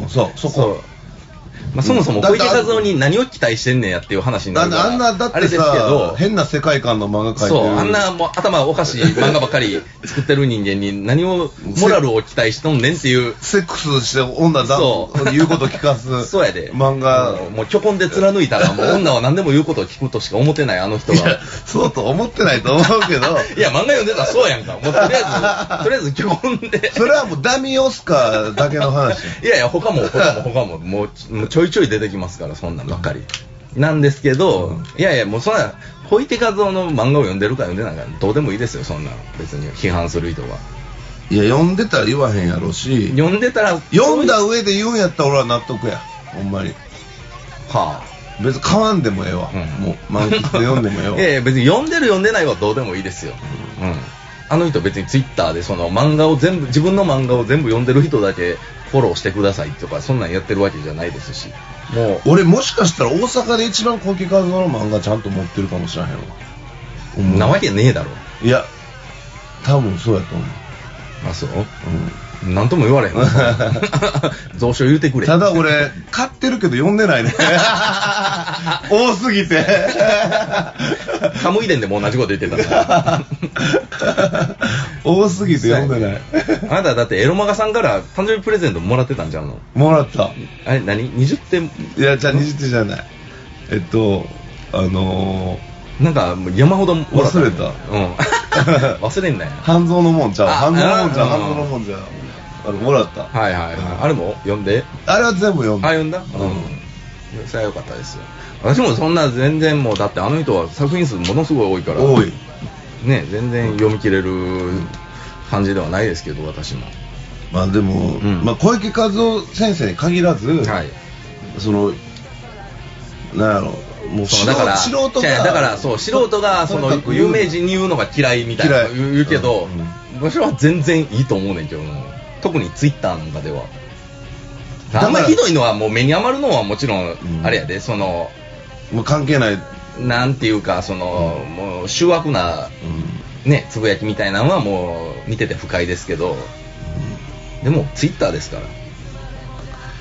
Speaker 1: ううんそうそこ
Speaker 2: う まあ、そもそも
Speaker 1: だっ
Speaker 2: 小
Speaker 1: て
Speaker 2: 池和夫に何を期待してんねんやっていう話に
Speaker 1: だ
Speaker 2: な
Speaker 1: っ
Speaker 2: る
Speaker 1: て
Speaker 2: から
Speaker 1: あんなだ
Speaker 2: あ
Speaker 1: っ
Speaker 2: れ
Speaker 1: て
Speaker 2: ですけど
Speaker 1: さ変な世界観の漫画描いてる
Speaker 2: そう、あんなもう頭おかしい漫画ばっかり作ってる人間に何をモラルを期待しとんねんっていう。
Speaker 1: セックスして女だ
Speaker 2: そう
Speaker 1: 言うこと聞かす
Speaker 2: そうやで。
Speaker 1: 漫画
Speaker 2: うんもう虚婚で貫いたら、もう女は何でも言うことを聞くとしか思ってないあの人
Speaker 1: いや
Speaker 2: は。
Speaker 1: そうと思ってないと思うけ ど
Speaker 2: いや、漫画読んでたらそうやんか。もうとり あえず、とりあえず虚婚で。
Speaker 1: それはもうダミーオスカーだけの話
Speaker 2: いやいや、他も、他も、他も、もうちもうちょいちょい出てきますから、そんなんばっかり。なんですけど、
Speaker 1: うん
Speaker 2: いやいや、もうそんな、小池和夫の漫画を読んでるか読んでないか、どうでもいいですよ、そんなの別に批判する人は。
Speaker 1: いや読んでたら言わへんやろし
Speaker 2: 読んでたら、
Speaker 1: 読んだ上で言うんやったら俺は納得やほんまに
Speaker 2: は
Speaker 1: 別に買わんでもええわ、
Speaker 2: あ、ん
Speaker 1: もう満喫で読んでもええわ
Speaker 2: いやいや、別に読んでる読んでないはどうでもいいですよ。うん。あの人別にツイッターでその漫画を全部、自分の漫画を全部読んでる人だけフォローしてくださいとか、そんなんやってるわけじゃないですし、も
Speaker 1: 俺もしかしたら大阪で一番高級数の漫画ちゃんと持ってるかもしれへんわ
Speaker 2: う、なわけねえだろ。
Speaker 1: いや多分そうやと思う、
Speaker 2: あ、そうなんとも言 われへんわ。蔵書言うてく
Speaker 1: うん、
Speaker 2: れ。
Speaker 1: ただ俺買ってるけど読んで ないね多すぎて
Speaker 2: カムイ伝でも同じこと言ってた から。
Speaker 1: 多すぎて読んでない
Speaker 2: あなただってエロマガさんから誕生日プレゼントもらってたんじゃんの
Speaker 1: もらった
Speaker 2: あれ何 ?20 点
Speaker 1: いやじゃあ20手じゃないえっとあのー、
Speaker 2: なんかもう山ほどもらった
Speaker 1: 忘れた
Speaker 2: うん 忘れんなよ
Speaker 1: 半蔵のもんちゃう
Speaker 2: あ
Speaker 1: 半蔵のもんちゃう
Speaker 2: あ
Speaker 1: 半蔵のもんちゃうあれもらった
Speaker 2: はいはいはいあれも読んで
Speaker 1: あれは全部読
Speaker 2: あ
Speaker 1: んだ
Speaker 2: 読んだうんそれは良かったですよ私もそんな全然もうだってあの人は作品数ものすごい多いから
Speaker 1: 多い
Speaker 2: ね全然読み切れる感じではないですけど私も
Speaker 1: まあでも、
Speaker 2: うん
Speaker 1: まあ、小池和夫先生に限らず、
Speaker 2: はい
Speaker 1: そのなんやろもう
Speaker 2: そう
Speaker 1: 素
Speaker 2: だ
Speaker 1: 人
Speaker 2: から
Speaker 1: 素人
Speaker 2: いや
Speaker 1: が
Speaker 2: だからそう素人がその
Speaker 1: とにかく
Speaker 2: 有名人に言うのが嫌いみたいな
Speaker 1: 嫌い
Speaker 2: 言う言うけど、
Speaker 1: う
Speaker 2: 私は全然いいと思うねんけどな特にツイッターなんかでは
Speaker 1: だから
Speaker 2: あんまひどいのはもう目に余るのはもちろん
Speaker 1: ん
Speaker 2: あれやで、その
Speaker 1: もう関係ない、うん、
Speaker 2: なんていうかその、もう醜悪なねつぶやきみたいなのはもう見てて不快ですけどでもツイッターですから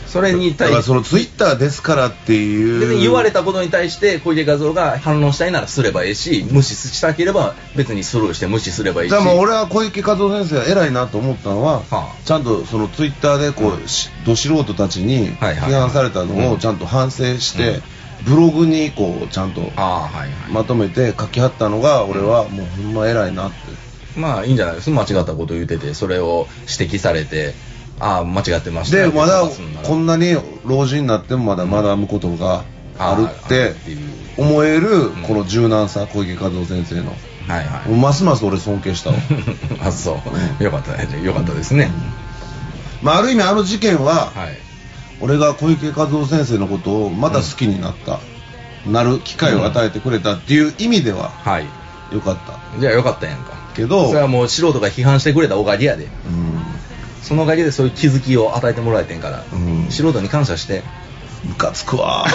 Speaker 2: それに
Speaker 1: だ
Speaker 2: 対
Speaker 1: から
Speaker 2: して
Speaker 1: そのツイッターですからっていう
Speaker 2: 別に言われたことに対して小池和夫が反論したいならすればいいし無視したければ別にスルーして無視すればいいし
Speaker 1: じゃあもう俺は小池和夫先生が偉いなと思ったのは、
Speaker 2: はあ
Speaker 1: ちゃんとそのツイッターでこう、しど素人たちに
Speaker 2: はい
Speaker 1: 批
Speaker 2: はい
Speaker 1: 判されたの
Speaker 2: う
Speaker 1: を
Speaker 2: ん
Speaker 1: ちゃんと反省して、ブログにこうちゃんと
Speaker 2: ああはいはい
Speaker 1: まとめて書き張ったのが俺はもうほんま偉いなって、
Speaker 2: まあいいんじゃないですか間違ったこと言うててそれを指摘されてああ間違ってました
Speaker 1: で
Speaker 2: って
Speaker 1: まだ
Speaker 2: 飛ばすんなら
Speaker 1: こんなに老人になってもまだ学ぶことがあるっ
Speaker 2: ああある
Speaker 1: て
Speaker 2: っていう
Speaker 1: 思える
Speaker 2: ん
Speaker 1: この柔軟さ小池和夫先生のも
Speaker 2: はいは
Speaker 1: う
Speaker 2: い
Speaker 1: ますます俺尊敬したわ
Speaker 2: あそうよかったねよかったですね、
Speaker 1: まあある意味あの事件は、
Speaker 2: はい
Speaker 1: 俺が小池和夫先生のことをまた好きになった、なる機会を与えてくれたっていう意味では
Speaker 2: はい
Speaker 1: 良かった
Speaker 2: じゃあよかったやんか
Speaker 1: けど、
Speaker 2: それはもう素人が批判してくれたおかげやで
Speaker 1: うん
Speaker 2: そのおかげでそういう気づきを与えてもらえてんから、
Speaker 1: うん
Speaker 2: 素人に感謝して
Speaker 1: ムカつくわ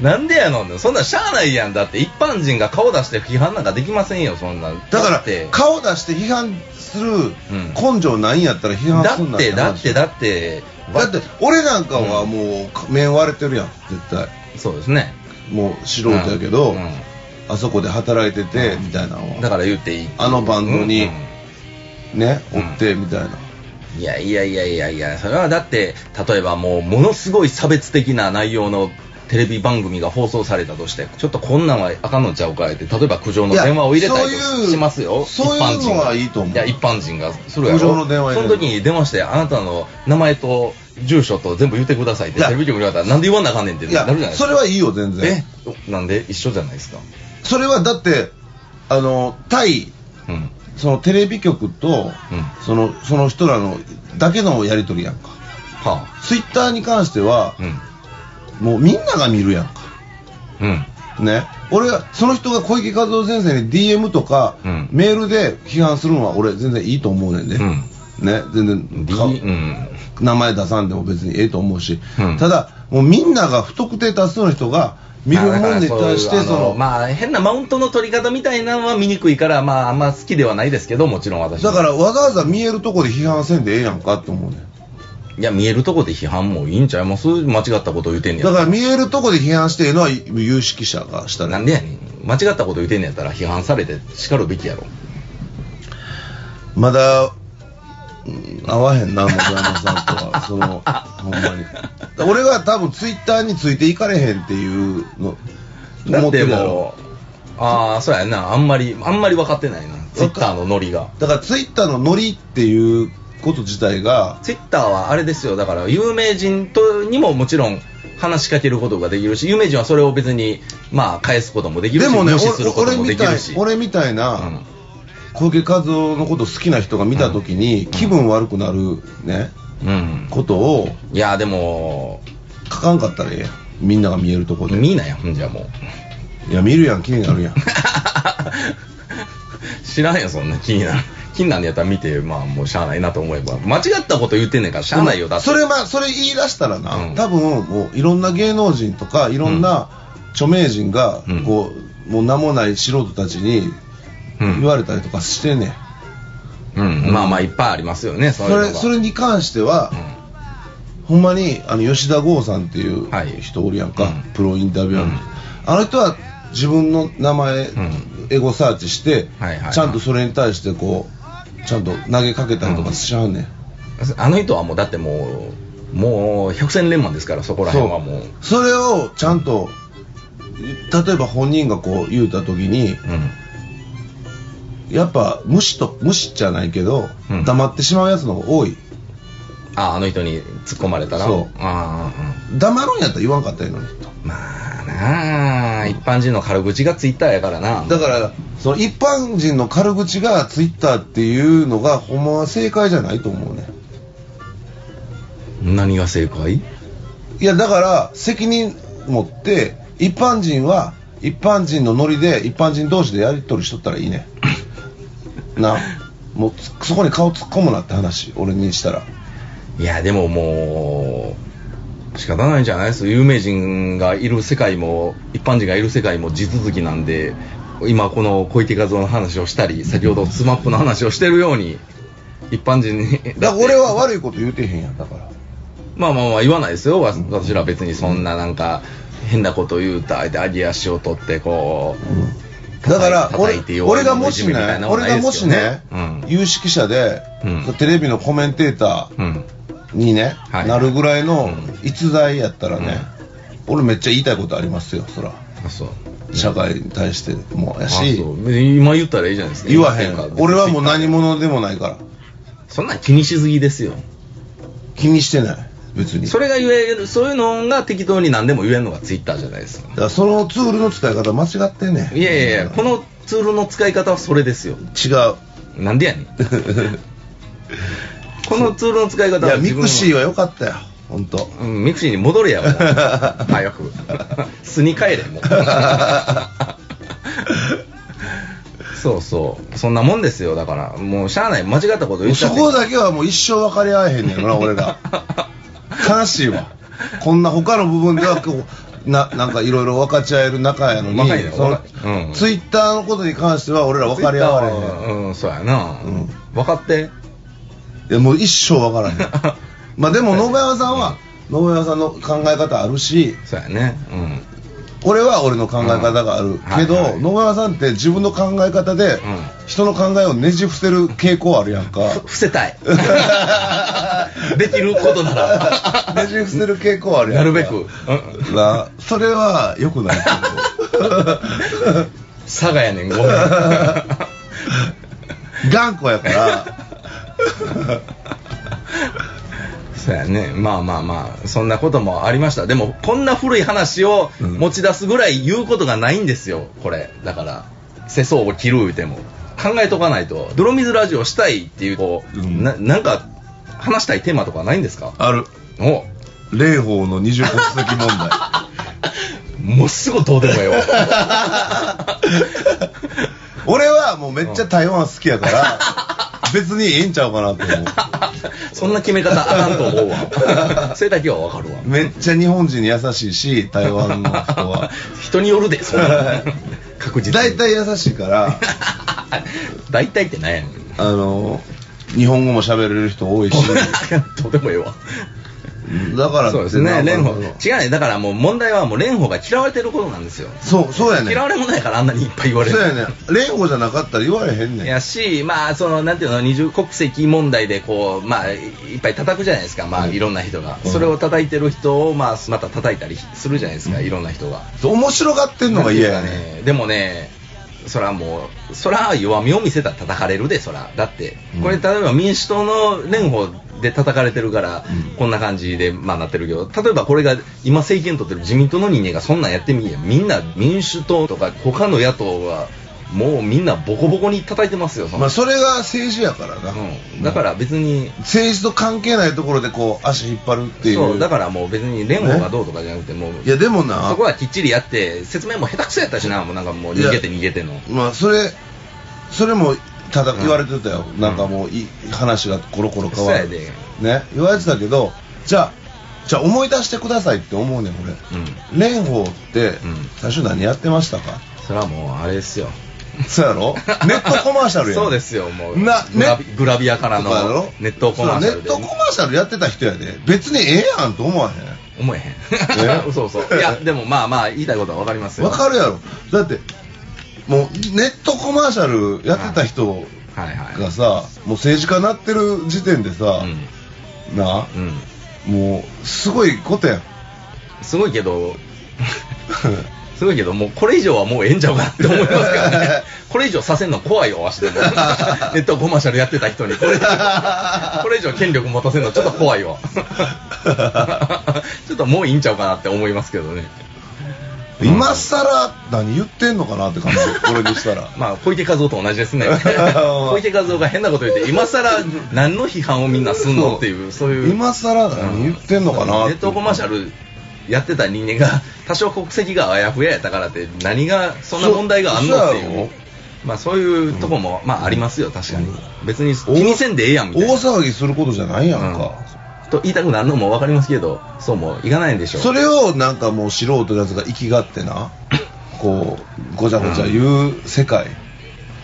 Speaker 2: なんでやのんそんなんしゃあないやんだって一般人が顔出して批判なんかできませんよそんなん
Speaker 1: だから
Speaker 2: って
Speaker 1: 顔出して批判する
Speaker 2: ん
Speaker 1: 根性ないんやったら批判
Speaker 2: だ
Speaker 1: すん
Speaker 2: っ
Speaker 1: なって
Speaker 2: てだ
Speaker 1: 話
Speaker 2: ってだって
Speaker 1: だって俺なんかはもう面割れてるやん絶対
Speaker 2: そうですね
Speaker 1: もう素人やけど、
Speaker 2: うんうん
Speaker 1: あそこで働いててみたいなのは
Speaker 2: だから言っていい
Speaker 1: あのバンドにね
Speaker 2: うん
Speaker 1: 追ってみたいな、
Speaker 2: いやいやいやいやいやそれはだって例えばもうものすごい差別的な内容のテレビ番組が放送されたとしてちょっとこんなんはあかんのちゃうかえって例えば苦情の電話を入れたりと
Speaker 1: いやそういう
Speaker 2: しますよ
Speaker 1: そういうの
Speaker 2: 一般人が
Speaker 1: はいいと思う
Speaker 2: や一般人がするやろ
Speaker 1: 苦情の電話入
Speaker 2: そ
Speaker 1: れ
Speaker 2: の
Speaker 1: る
Speaker 2: 時に電話してあなたの名前と住所と全部言ってくださいって
Speaker 1: いや
Speaker 2: テレビ局に言われたらなんで言わなあかんねんって
Speaker 1: い
Speaker 2: な
Speaker 1: や
Speaker 2: るじゃないですか
Speaker 1: それはいいよ全然
Speaker 2: えなんで一緒じゃないですか
Speaker 1: それはだってあの対
Speaker 2: うんうん
Speaker 1: そのテレビ局と、そのその人らのだけのやり取りやんか
Speaker 2: は
Speaker 1: ツイッターに関しては
Speaker 2: あ、うん
Speaker 1: もうみんなが見るやんか
Speaker 2: うん
Speaker 1: ね俺がその人が小池和夫先生に DM とか、
Speaker 2: うん
Speaker 1: メールで批判するのは俺全然いいと思うねんね、
Speaker 2: うん
Speaker 1: ね全然
Speaker 2: D
Speaker 1: か
Speaker 2: うん
Speaker 1: 名前出さんでも別にええと思うし、
Speaker 2: うん
Speaker 1: ただもうみんなが不特定多数の人が見るもんに対して
Speaker 2: あだから
Speaker 1: そ
Speaker 2: そういうあ
Speaker 1: の
Speaker 2: まあ変なマウントの取り方みたいなのは見にくいからまああんま好きではないですけどもちろん私も
Speaker 1: だからわざわざ見えるとこで批判せんでええやんかって思うねん
Speaker 2: いや見えるとこで批判もいいんちゃいます間違ったこと言うてんねや
Speaker 1: だから見えるとこで批判してええのは有識者がした
Speaker 2: な
Speaker 1: ら
Speaker 2: んでやねん間違ったこと言うてんねやったら批判されて叱るべきやろ
Speaker 1: まだ、うん合わへんなもう山さんとはそ のほんまに俺は多分ツイッターについていかれへんっていうの
Speaker 2: だって
Speaker 1: るやろ
Speaker 2: もうああそうやなあんまりあんまり分かってないなツイッターのノリが
Speaker 1: だからツイッターのノリっていうこと自体が、
Speaker 2: ツイッターはあれですよ、だから有名人とにももちろん話しかけることができるし、有名人はそれを別に、まあ、返すこともできる
Speaker 1: で
Speaker 2: し、
Speaker 1: もね、
Speaker 2: 無視す
Speaker 1: 俺
Speaker 2: ること
Speaker 1: 俺
Speaker 2: もで
Speaker 1: み
Speaker 2: き
Speaker 1: たい
Speaker 2: るし。
Speaker 1: 俺みたいな、
Speaker 2: うん
Speaker 1: 小池和夫のこと好きな人が見たときに、
Speaker 2: ん
Speaker 1: 気分悪くなるね、
Speaker 2: うん、
Speaker 1: ことを
Speaker 2: いや、でも、
Speaker 1: 書かんかったらええやん。みんなが見えるとこで。
Speaker 2: 見いなやん、じゃあもう。
Speaker 1: いや、見るやん、気になるやん。
Speaker 2: 知らんよ、そんな気になる。気になんねやったら見て、まあもうしゃあないなと思えば。間違ったこと言ってんねんからしゃあないよ、だって。
Speaker 1: それ、まあ、それ言い出したらな、
Speaker 2: うん
Speaker 1: 多分、もう、いろんな芸能人とか、いろんな著名人が、
Speaker 2: うん
Speaker 1: こう、もう名もない素人たちに
Speaker 2: うん、
Speaker 1: 言われたりとかしてんねん。
Speaker 2: うん、まあまあいっぱいありますよね、そう
Speaker 1: そ
Speaker 2: いうの
Speaker 1: れ、
Speaker 2: が。
Speaker 1: それに関しては、
Speaker 2: う
Speaker 1: ほんまに、あの、吉田剛さんっていう
Speaker 2: はい
Speaker 1: 人おるやんか、
Speaker 2: うん
Speaker 1: プロインタビュアーの、
Speaker 2: うん
Speaker 1: あの人は自分の名前、
Speaker 2: ん
Speaker 1: エゴサーチして、
Speaker 2: はいはいはい
Speaker 1: ちゃんとそれに対してこう、ちゃんと投げかけたりとかしちゃうねん。
Speaker 2: んあの人はもう、だってもう、もう百戦錬磨ですから、そこら辺はもう。
Speaker 1: それをちゃんと、例えば本人がこう言うた時に、やっぱ無視と、無視じゃないけど、
Speaker 2: うん
Speaker 1: 黙ってしまうやつの方が多い。
Speaker 2: ああの人に突っ込まれたら
Speaker 1: そう
Speaker 2: ああ
Speaker 1: 黙るんやったら言わんかったらいいのにと。
Speaker 2: うんまあなあ一般人の軽口がツイッターやからな
Speaker 1: だから、その一般人の軽口がツイッターっていうのが、ほんまは正解じゃないと思うね。
Speaker 2: 何が正解
Speaker 1: いや、だから、責任持って、一般人は、一般人のノリで、一般人同士でやり取りしとったらいい ね。な、もうつ、そこに顔突っ込むなって話、俺にしたら。
Speaker 2: いやでももう仕方ないんじゃないです有名人がいる世界も一般人がいる世界も地続きなんで今この小池和夫の話をしたり先ほど SMAP の話をしてるように一般人に
Speaker 1: だから俺は悪いこと言うてへんやん、だから。
Speaker 2: まあまあまあ言わないですよ、わ私ら別にそんななんか変なこと言うた相手上げ足を取ってこう、
Speaker 1: だから
Speaker 2: 叩い叩い
Speaker 1: 俺
Speaker 2: て弱
Speaker 1: 俺
Speaker 2: い
Speaker 1: が
Speaker 2: 者
Speaker 1: も
Speaker 2: いじ
Speaker 1: し
Speaker 2: めみ
Speaker 1: ね
Speaker 2: たいな、のは
Speaker 1: 俺
Speaker 2: ない
Speaker 1: が
Speaker 2: で
Speaker 1: も
Speaker 2: す
Speaker 1: し
Speaker 2: よね
Speaker 1: ね、
Speaker 2: うん
Speaker 1: 有識者で、
Speaker 2: うん
Speaker 1: テレビのコメンテータ
Speaker 2: うん
Speaker 1: ーにね、
Speaker 2: はい
Speaker 1: なるぐらいの
Speaker 2: うん
Speaker 1: 逸材やったらね、俺めっちゃ言いたいことありますよ、そら。
Speaker 2: あそう
Speaker 1: 社会に対してもや
Speaker 2: あ
Speaker 1: し、
Speaker 2: そう別に今言ったらいいじゃないですか
Speaker 1: 言わへん
Speaker 2: から。
Speaker 1: 俺はもう何
Speaker 2: も
Speaker 1: 者でもないから。
Speaker 2: そんなん気にしすぎですよ
Speaker 1: 気にしてない。別に。
Speaker 2: それが言えるそういうのが適当に何でも言えるのがツイッターじゃないですか
Speaker 1: だからそのツールの使い方間違ってんねん
Speaker 2: いやいやいやこのツールの使い方はそれですよ
Speaker 1: 違う。
Speaker 2: なんでやね んこのツールの使い方
Speaker 1: い
Speaker 2: は
Speaker 1: や、ミ
Speaker 2: 自分
Speaker 1: クシーは良かったよ。本当。
Speaker 2: うん、ミクシーに戻れ や、もう早く。巣に帰れ、もう。そうそう。そんなもんですよ、だから。もう、しゃあない。間違ったこと言っちゃ
Speaker 1: そ
Speaker 2: って。
Speaker 1: こだけはもう一生分かり合えへんねん な、俺ら。悲しいわ。こんな他の部分ではこう、ななんかいろいろ分かち合える仲やのに、
Speaker 2: 若いね
Speaker 1: その
Speaker 2: 若いうん
Speaker 1: ツイッターのことに関しては俺ら分かり合われへん。
Speaker 2: うん、そうやな。
Speaker 1: うん
Speaker 2: 分かって。
Speaker 1: いやもう一生分からへん。まあでも、信山さんは、信山さんの考え方あるし、
Speaker 2: そうやね。うん。
Speaker 1: 俺は俺の考え方があ
Speaker 2: うん
Speaker 1: るけど、
Speaker 2: はいはい
Speaker 1: 野川さんって自分の考え方で人の考えをねじ伏せる傾向あるや んか
Speaker 2: ふ伏 せたい。できることな ら。
Speaker 1: ねじ伏せる傾向あるや
Speaker 2: なん
Speaker 1: か
Speaker 2: るべく。うん
Speaker 1: なそれは良くない
Speaker 2: 佐賀やね ん、ごめ
Speaker 1: け
Speaker 2: ん。
Speaker 1: ど頑固やから
Speaker 2: そうやね。まあまあまあ、そんなこともありました。でも、こんな古い話を
Speaker 1: うん
Speaker 2: 持ち出すぐらい言うことがないんですよ、これ。だから、世相を切る言うても。考えとかないと。泥水ラジオしたいっていう、こう、
Speaker 1: うん
Speaker 2: ななんか、話したいテーマとかないんですか
Speaker 1: ある
Speaker 2: お
Speaker 1: 霊峰の二重国籍問題
Speaker 2: もうすぐどうでもよ。
Speaker 1: 俺はもうめっちゃ台湾好きやから別にええんちゃうかなと思う
Speaker 2: そんな決め方あかんと思う わ。それだけはわかるわ。
Speaker 1: めっちゃ日本人に優しいし台湾の人は
Speaker 2: 人によるで、そ んな確実に。
Speaker 1: 大体優しいから
Speaker 2: 大体って何やねん。
Speaker 1: あの日本語も喋れる人多いし
Speaker 2: どうでもええわ。
Speaker 1: だから
Speaker 2: そうですね、蓮
Speaker 1: 法
Speaker 2: 舫。違うね、だからもう問題はもう蓮舫が嫌われてることなんですよ。
Speaker 1: そうそうやねん
Speaker 2: 嫌われもないからあんなにいっぱい言われる。
Speaker 1: そうやねん蓮舫じゃなかったら言われへんねん
Speaker 2: やし、まあ、その、なんていうの、二重国籍問題で、こう、まあ、いっぱい叩くじゃないですか、まあ、
Speaker 1: うん
Speaker 2: いろんな人が。
Speaker 1: うん
Speaker 2: それを叩いてる人を、まあ、また叩いたりするじゃないですか、いろんな人が。
Speaker 1: 面白がってんのが嫌や
Speaker 2: なんていう
Speaker 1: ね
Speaker 2: かねでもね、そらもう、そら弱みを見せたら叩かれるで、そら。だって、これ、
Speaker 1: うん
Speaker 2: 例えば民主党の蓮舫で叩かれてるから、
Speaker 1: うん
Speaker 2: こんな感じで、まあなってるけど、例えばこれが、今政権取ってる自民党の人間がそんなんやってみや、みんな民主党とか他の野党は、もうみんなボコボコに叩いてますよ、そん
Speaker 1: ま
Speaker 2: な
Speaker 1: あ、それが政治やからな、
Speaker 2: うん、だから別に、
Speaker 1: 政治と関係ないところでこう足引っ張るっていう
Speaker 2: そう、だからもう別に蓮舫がどうとかじゃなくて、もう、
Speaker 1: いやでもな
Speaker 2: そこはきっちりやって、説明も下手くそやったしな、もうなんかもう逃げて逃げての。
Speaker 1: まあそれそれもただ
Speaker 2: うん
Speaker 1: 言われてたよ、
Speaker 2: うん
Speaker 1: なんかもうい話がコロコロ変わる
Speaker 2: そうや
Speaker 1: ね言われてたけどじゃあじゃあ思い出してくださいって思うねん俺
Speaker 2: うん。
Speaker 1: 蓮舫って、
Speaker 2: ん
Speaker 1: 最初何やってました か
Speaker 2: それはもう、あれですよ。
Speaker 1: そうやろ ネットコマーシャルやん
Speaker 2: そうですよ、もう。
Speaker 1: な
Speaker 2: グラビ
Speaker 1: ね
Speaker 2: グラビアから
Speaker 1: とかや
Speaker 2: の
Speaker 1: ろ
Speaker 2: ネットコマーシャルで。
Speaker 1: そうネットコマーシャルやってた人やで別にええやんと思わへん
Speaker 2: 思えへん。
Speaker 1: え
Speaker 2: そうそう。いや、でもまあまあ、言いたいことはわかりますよ。
Speaker 1: わかるやろだってもうネットコマーシャルやってた人
Speaker 2: はいはい。
Speaker 1: がさ、もう政治家なってる時点でさ、
Speaker 2: う
Speaker 1: なあ
Speaker 2: ん。うん。
Speaker 1: もうすごいことやん
Speaker 2: すごいけど、 すごいけど、もうこれ以上はもうええんちゃうかなって思いますか らね。これ以上させんの怖いよ、わしても。ネットコマーシャルやってた人に。これこれ以上権力持たせるのちょっと怖 いわ ちょっともういいんちゃうかなって思いますけどね
Speaker 1: 今さら何言ってんのかなって 感じ俺にしたら
Speaker 2: まあ小池和夫と同じで すね
Speaker 1: まあ
Speaker 2: 小池和夫が変なこと言って今さら何の批判をみんなすんのっていうそういう
Speaker 1: 今さら何言ってんのかな
Speaker 2: ネットコマーシャルやってた人間が多少国籍があやふややったからって何がそんな問題があんのって
Speaker 1: そうそうや
Speaker 2: いう
Speaker 1: ろ
Speaker 2: まあそういうとこも、まあありますよ確かに、別に気にせんでええやんみたいな
Speaker 1: 大騒ぎすることじゃないやんか、
Speaker 2: うんと言いたくなるのも分かりますけどそうもいかないんでしょう
Speaker 1: それをなんかもう素人のやつが生きがってなこうごちゃごちゃ言う世界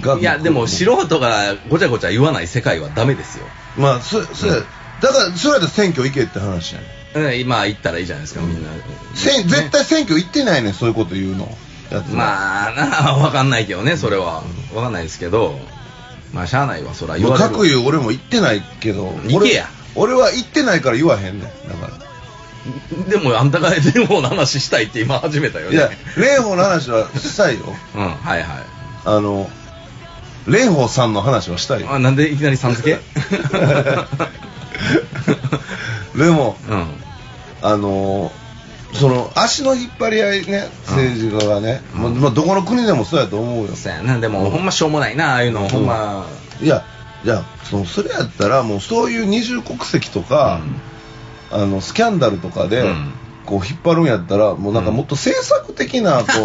Speaker 1: が、
Speaker 2: いやでも素人がごちゃごちゃ言わない世界はダメですよ、
Speaker 1: まあそそ、うだからそれやったら選挙行けって話やん
Speaker 2: うん、今言ったらいいじゃないですかみんな、
Speaker 1: せん絶対選挙行ってないねんそういうこと言うのやつは
Speaker 2: まあなあ分かんないけどねそれは分かんないですけどまあしゃあないわそら言
Speaker 1: もう
Speaker 2: われ
Speaker 1: 各
Speaker 2: る
Speaker 1: 言う俺も行ってないけど
Speaker 2: 行けや
Speaker 1: 俺俺は行ってないから言わへんねんだか
Speaker 2: でもあんたが蓮舫の話したいって今始めたよ
Speaker 1: ら
Speaker 2: ね
Speaker 1: いや蓮舫の話はしたい よ
Speaker 2: うんはいはい
Speaker 1: あの蓮舫さんの話はしたいよ
Speaker 2: あなんでいきなりさん付け
Speaker 1: でも
Speaker 2: うん
Speaker 1: あのその足の引っ張り合いね政治家がね、
Speaker 2: うん
Speaker 1: ままあ、どこの国でもそうやと思うよ
Speaker 2: そやなでもほんましょうもないなああいうのほんま、
Speaker 1: いやいやそのそれやったらもうそういう二重国籍とか、あのスキャンダルとかで、
Speaker 2: うん
Speaker 1: こう引っ張るんやったらもうなんかもっと政策的なこ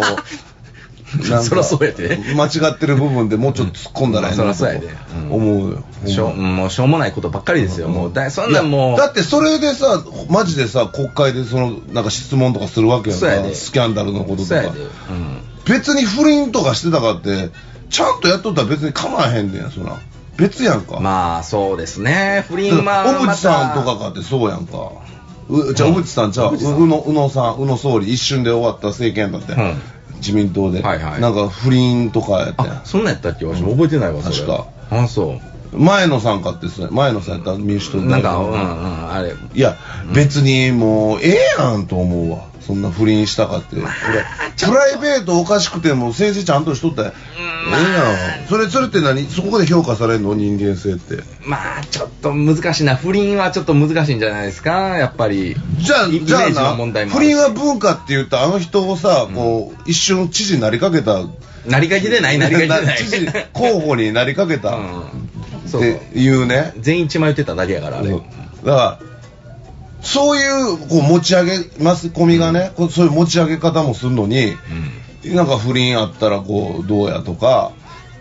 Speaker 1: う、なんか
Speaker 2: そらそうやで
Speaker 1: 間違ってる部分でもうちょっと突っ込んだらええ
Speaker 2: ま
Speaker 1: な
Speaker 2: あ
Speaker 1: と
Speaker 2: そらそうやでうん
Speaker 1: 思うよ、
Speaker 2: しょうもうしょうもないことばっかりですよ、もうだそんなん
Speaker 1: い
Speaker 2: も
Speaker 1: や
Speaker 2: う
Speaker 1: だってそれでさマジでさ国会でそのなんか質問とかするわけやん
Speaker 2: そうや
Speaker 1: か
Speaker 2: で
Speaker 1: スキャンダルのことと
Speaker 2: そう
Speaker 1: か
Speaker 2: やで、うん、
Speaker 1: 別に不倫とかしてたかってちゃんとやっとったら別に構わへんねんそら別やんか、
Speaker 2: まあそうですね不倫は
Speaker 1: 小渕さんと
Speaker 2: ま
Speaker 1: かかってそうやんか。うじゃあ、小渕さん、じゃあ、
Speaker 2: 小
Speaker 1: う
Speaker 2: 渕さん
Speaker 1: 宇野、宇野さん、宇野総理、一瞬で終わった政権だって。
Speaker 2: うん
Speaker 1: 自民党で、
Speaker 2: はいはい
Speaker 1: なんか不倫とかやって
Speaker 2: た。あそんなんやったっけ私覚えてないわそれ
Speaker 1: 確か
Speaker 2: あそ
Speaker 1: 前野さんかってそうや、前野さんやったら民主党
Speaker 2: う
Speaker 1: で
Speaker 2: なんかうんうんあれ
Speaker 1: いや、別にもう、ええやんと思うわ。そんな不倫したかって。俺プライベートおかしくても、政治ちゃんとしとったら、ええやん。それ、それって何そこで評価されるの人間性って。
Speaker 2: まあちょっと難しいな不倫はちょっと難しいんじゃないですかやっぱり
Speaker 1: じゃあ、
Speaker 2: イ
Speaker 1: じゃ
Speaker 2: イメージの
Speaker 1: あ
Speaker 2: 問題
Speaker 1: な、
Speaker 2: もあ
Speaker 1: 不
Speaker 2: るし
Speaker 1: 倫は文化って言ったあの人をさ、こう、一瞬知事になりかけた。
Speaker 2: なりかけでないなりか けでな
Speaker 1: 知事
Speaker 2: い
Speaker 1: 候補になりかけた。
Speaker 2: うん
Speaker 1: っ
Speaker 2: そう
Speaker 1: ていうね。
Speaker 2: 全員一枚言ってただけやからあれ
Speaker 1: そうだから、そういう、こう、持ち上げ、マスコミがね、こうそういう持ち上げ方もするのに、
Speaker 2: うん
Speaker 1: なんか不倫あったら、こう、どうやとか。